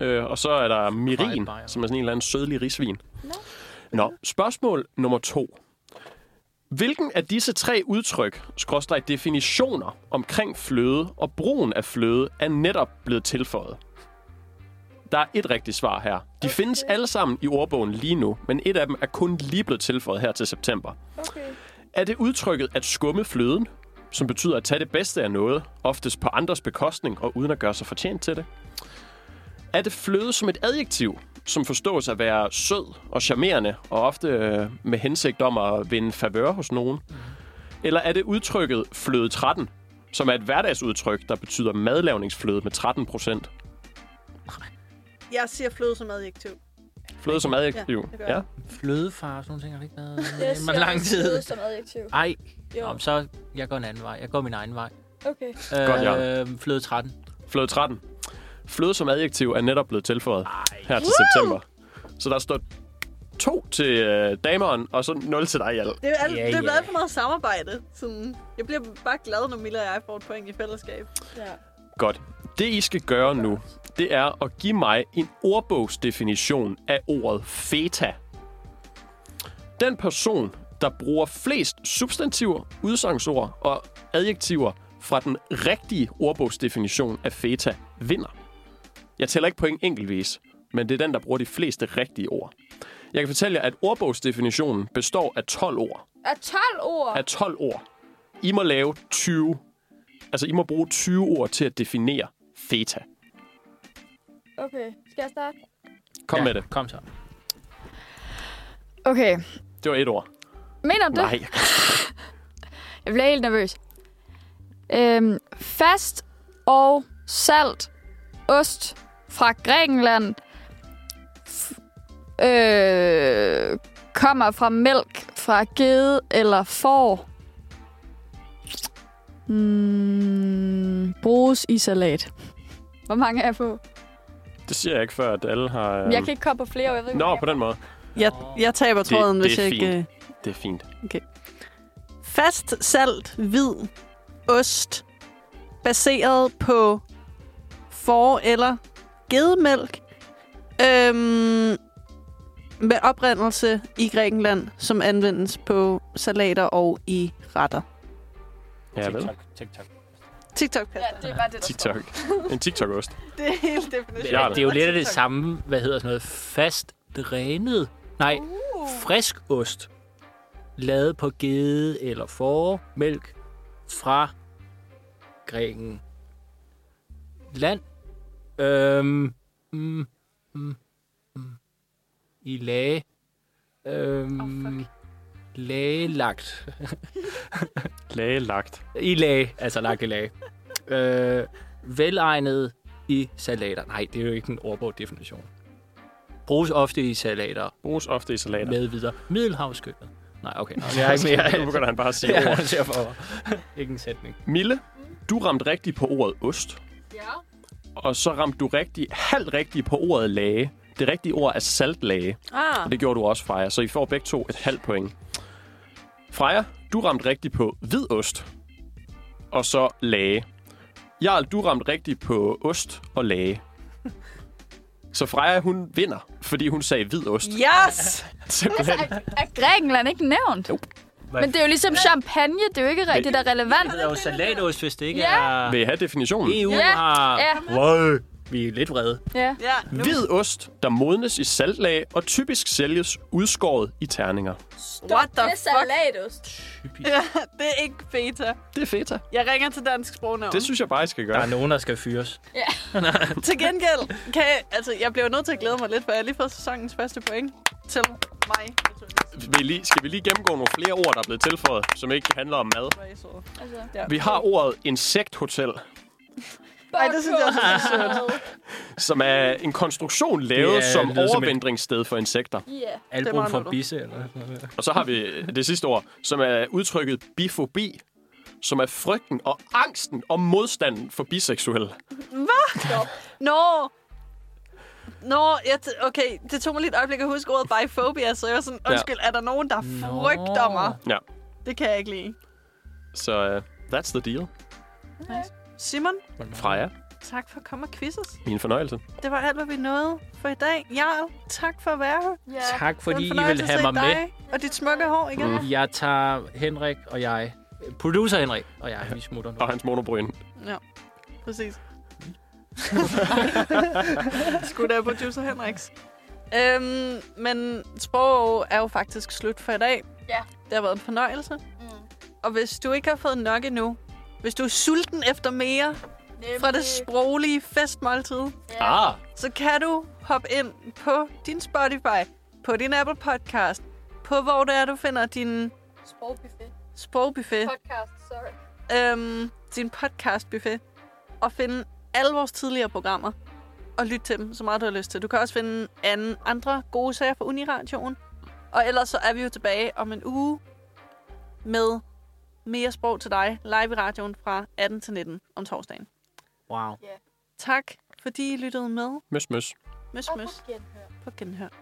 Speaker 8: nu?
Speaker 7: øh, og så er der mirin,
Speaker 6: Kvejbajer.
Speaker 7: som er sådan en eller anden sødlig risvin.
Speaker 8: Nå.
Speaker 7: Nå, spørgsmål nummer to. Hvilken af disse tre udtryk, skråstreg definitioner, omkring fløde og brugen af fløde, er netop blevet tilføjet? Der er et rigtigt svar her. De okay. findes alle sammen i ordbogen lige nu, men et af dem er kun lige blevet tilføjet her til september.
Speaker 8: Okay.
Speaker 7: Er det udtrykket at skumme fløden? som betyder at tage det bedste af noget, oftest på andres bekostning og uden at gøre sig fortjent til det. Er det fløde som et adjektiv, som forstås at være sød og charmerende, og ofte øh, med hensigt om at vinde favør hos nogen?
Speaker 3: Mm-hmm.
Speaker 7: Eller er det udtrykket fløde 13, som er et hverdagsudtryk, der betyder madlavningsfløde med 13 procent?
Speaker 3: Jeg siger fløde som adjektiv.
Speaker 7: Fløde som adjektiv.
Speaker 3: det gør
Speaker 7: Ja,
Speaker 3: jeg.
Speaker 6: Flødefar og sådan nogle ting har vi ikke været
Speaker 8: Jeg
Speaker 6: yes,
Speaker 8: siger
Speaker 6: med lang
Speaker 8: også
Speaker 6: tid.
Speaker 8: fløde som adjektiv.
Speaker 6: Ej,
Speaker 8: Jo,
Speaker 6: Nå, men så jeg går en anden vej. Jeg går min egen vej.
Speaker 8: okay.
Speaker 7: Godt,
Speaker 6: øh, fløde 13.
Speaker 7: fløde 13. Fløde som adjektiv er netop blevet tilføjet her til september. Så der står to til øh, dameren, og så 0 til dig, Jal.
Speaker 3: Det er, alt,
Speaker 6: Ja,
Speaker 3: yeah, det er
Speaker 6: ja.
Speaker 3: yeah. alt for meget samarbejde. Sådan, jeg bliver bare glad, når Milla og jeg får et point i fællesskab.
Speaker 8: Ja.
Speaker 7: Godt. Det, I skal gøre nu, det er at give mig en ordbogsdefinition af ordet feta. Den person, der bruger flest substantiver, udsagnsord og adjektiver fra den rigtige ordbogsdefinition af feta, vinder. Jeg tæller ikke point enkeltvis, men det er den, der bruger de fleste rigtige ord. Jeg kan fortælle jer, at ordbogsdefinitionen består af 12 ord.
Speaker 8: Er 12 ord?
Speaker 7: Af 12 ord. I må lave 20. Altså, I må bruge 20 ord til at definere feta.
Speaker 8: Okay, skal jeg starte?
Speaker 7: Kom ja. med det.
Speaker 6: Kom så.
Speaker 4: Okay,
Speaker 7: Det var et ord.
Speaker 4: mener du det?
Speaker 7: Nej.
Speaker 4: Jeg bliver helt nervøs. Øhm, fast og salt ost fra Grækenland f- øh, kommer fra mælk fra gede eller får. Mm, bruges i salat. Hvor mange er jeg på?
Speaker 7: Det siger jeg ikke før, at alle har... øh,
Speaker 4: Um, jeg kan ikke komme på flere, og jeg ved ikke,
Speaker 7: Nå,
Speaker 4: hvad
Speaker 7: på den måde.
Speaker 3: Jeg, jeg taber tråden,
Speaker 7: det
Speaker 3: hvis
Speaker 7: er
Speaker 3: jeg ikke...
Speaker 7: fint.
Speaker 3: øh,
Speaker 7: Det er fint.
Speaker 3: Fast salt, hvid, ost, baseret på for- eller gedemælk, øhm, med oprindelse i Grækenland, som anvendes på salater og i retter.
Speaker 7: Ja, vel?
Speaker 6: TikTok.
Speaker 3: tiktok
Speaker 8: Ja, det er bare det, der
Speaker 7: TikTok. En TikTok-ost.
Speaker 3: Det er hele definitionen.
Speaker 7: Ja,
Speaker 6: Ja, det er jo lidt af det samme, hvad hedder sådan noget, fast drænet. Nej, frisk ost. Lavet på gede eller får, mælk fra Græken. Land. Øhm, mm, mm, mm. I lage. Øhm, oh, lagelagt.
Speaker 7: Lagelagt.
Speaker 6: I lag, altså lagt i lag. Øh, velegnet i salater. Nej, det er jo ikke en ordbog definition. Bruges ofte i salater
Speaker 7: Bruges ofte i salater.
Speaker 6: med videre. Middelhavskøkkenet. Nej, okay. Nå, jeg er ikke mere.
Speaker 7: nu begynder han bare at sige
Speaker 6: Ja,
Speaker 7: ord.
Speaker 6: det er for- ikke en sætning.
Speaker 7: Mille, du ramte rigtigt på ordet ost.
Speaker 8: Ja.
Speaker 7: Og så ramte du rigtig, halvt rigtigt på ordet lage. Det rigtige ord er saltlage.
Speaker 3: Ah,
Speaker 7: Og det gjorde du også, Freja. Så I får begge to et halvt point. Freja, du ramte rigtigt på hvid ost. Og så lage. Jarl, du ramte rigtigt på ost og lage. Så Freja, hun vinder, fordi hun sagde hvid ost.
Speaker 3: yes!
Speaker 7: Simpelthen.
Speaker 4: Altså, Er Grækenland ikke nævnt? Jo. Men det er jo ligesom champagne, det er jo ikke rigtigt, der er relevant.
Speaker 6: Det er jo salatost, hvis det ikke
Speaker 4: Ja.
Speaker 6: er...
Speaker 7: Vil I have definitionen?
Speaker 6: EU
Speaker 4: Ja,
Speaker 6: har...
Speaker 4: ja.
Speaker 6: Wow. Vi er lidt vrede.
Speaker 4: Ja.
Speaker 3: Ja, nu
Speaker 7: Hvid ost, der modnes i saltlag og typisk sælges udskåret i terninger.
Speaker 3: What the
Speaker 8: Med
Speaker 3: fuck?
Speaker 8: salatost.
Speaker 3: Det er ikke feta.
Speaker 7: Det er feta.
Speaker 3: Jeg ringer til Dansk Sprognævn.
Speaker 7: Det synes jeg bare, I skal
Speaker 6: Der er
Speaker 7: gøre.
Speaker 6: nogen, der skal fyres.
Speaker 3: Til gengæld, kan jeg, altså, jeg bliver jo nødt til at glæde mig lidt, for jeg har lige fået sæsonens første point til mig.
Speaker 7: Vil I lige, skal vi lige gennemgå nogle flere ord, der er blevet tilføjet, som ikke handler om mad?
Speaker 8: Altså,
Speaker 7: Vi har ordet insekthotel,
Speaker 8: Ej,
Speaker 3: det synes jeg også er
Speaker 7: som er en konstruktion
Speaker 6: Det
Speaker 7: lavet
Speaker 6: er-
Speaker 7: yeah, som
Speaker 6: lyder som et-
Speaker 7: overvindringssted for insekter.
Speaker 8: Ja.
Speaker 6: Album fra
Speaker 3: meget
Speaker 6: Bisse eller sådan noget.
Speaker 7: Og så har vi det sidste ord, som er udtrykket bifobi, som er frygten og angsten og modstanden for biseksuelle.
Speaker 3: Nå! Nå, jeg t- okay, det tog mig lige et øjeblik at huske ordet biphobia, så jeg var sådan, undskyld, er der nogen, der frygter mig?
Speaker 7: Ja.
Speaker 3: Det kan jeg ikke lide.
Speaker 7: Så uh, that's the deal.
Speaker 3: Simon,
Speaker 7: Freja,
Speaker 3: tak for at komme og quizzes.
Speaker 7: min fornøjelse.
Speaker 3: Det var alt, hvad vi nåede for i dag. Jarl, tak for at være her.
Speaker 8: ja.
Speaker 6: Tak,
Speaker 3: Det var en
Speaker 6: fordi I vil
Speaker 3: fornøjelse at
Speaker 6: have
Speaker 3: se
Speaker 6: mig med.
Speaker 3: dig Og dit smukke hår igen. Mm.
Speaker 6: Jeg tager Henrik og jeg. Producer Henrik og jeg, vi smutter nu.
Speaker 7: Og hans monobryn.
Speaker 3: Præcis. Skulle da producer Henriks. Øhm, men sprog er jo faktisk slut for i dag.
Speaker 8: Ja.
Speaker 3: Det har været en fornøjelse.
Speaker 8: Mm.
Speaker 3: Og hvis du ikke har fået nok endnu, Hvis du er sulten efter mere fra det sproglige festmåltid,
Speaker 7: Ah,
Speaker 3: så kan du hoppe ind på din Spotify, på din Apple Podcast, på hvor det er, du finder din
Speaker 8: Sprogbuffet.
Speaker 3: sprogbuffet,
Speaker 8: Podcast, sorry.
Speaker 3: øhm, din podcastbuffet, og finde alle vores tidligere programmer og lytte til dem så meget, du har lyst til. Du kan også finde anden, andre gode sager fra Uniradioen. Og ellers så er vi jo tilbage om en uge med mere sprog til dig live i radioen fra 18 til 19 om torsdagen.
Speaker 6: Wow.
Speaker 3: Tak fordi I lyttede med.
Speaker 7: møs, møs.
Speaker 3: Møs,
Speaker 8: Og
Speaker 3: møs
Speaker 8: på genhør.
Speaker 3: på genhør.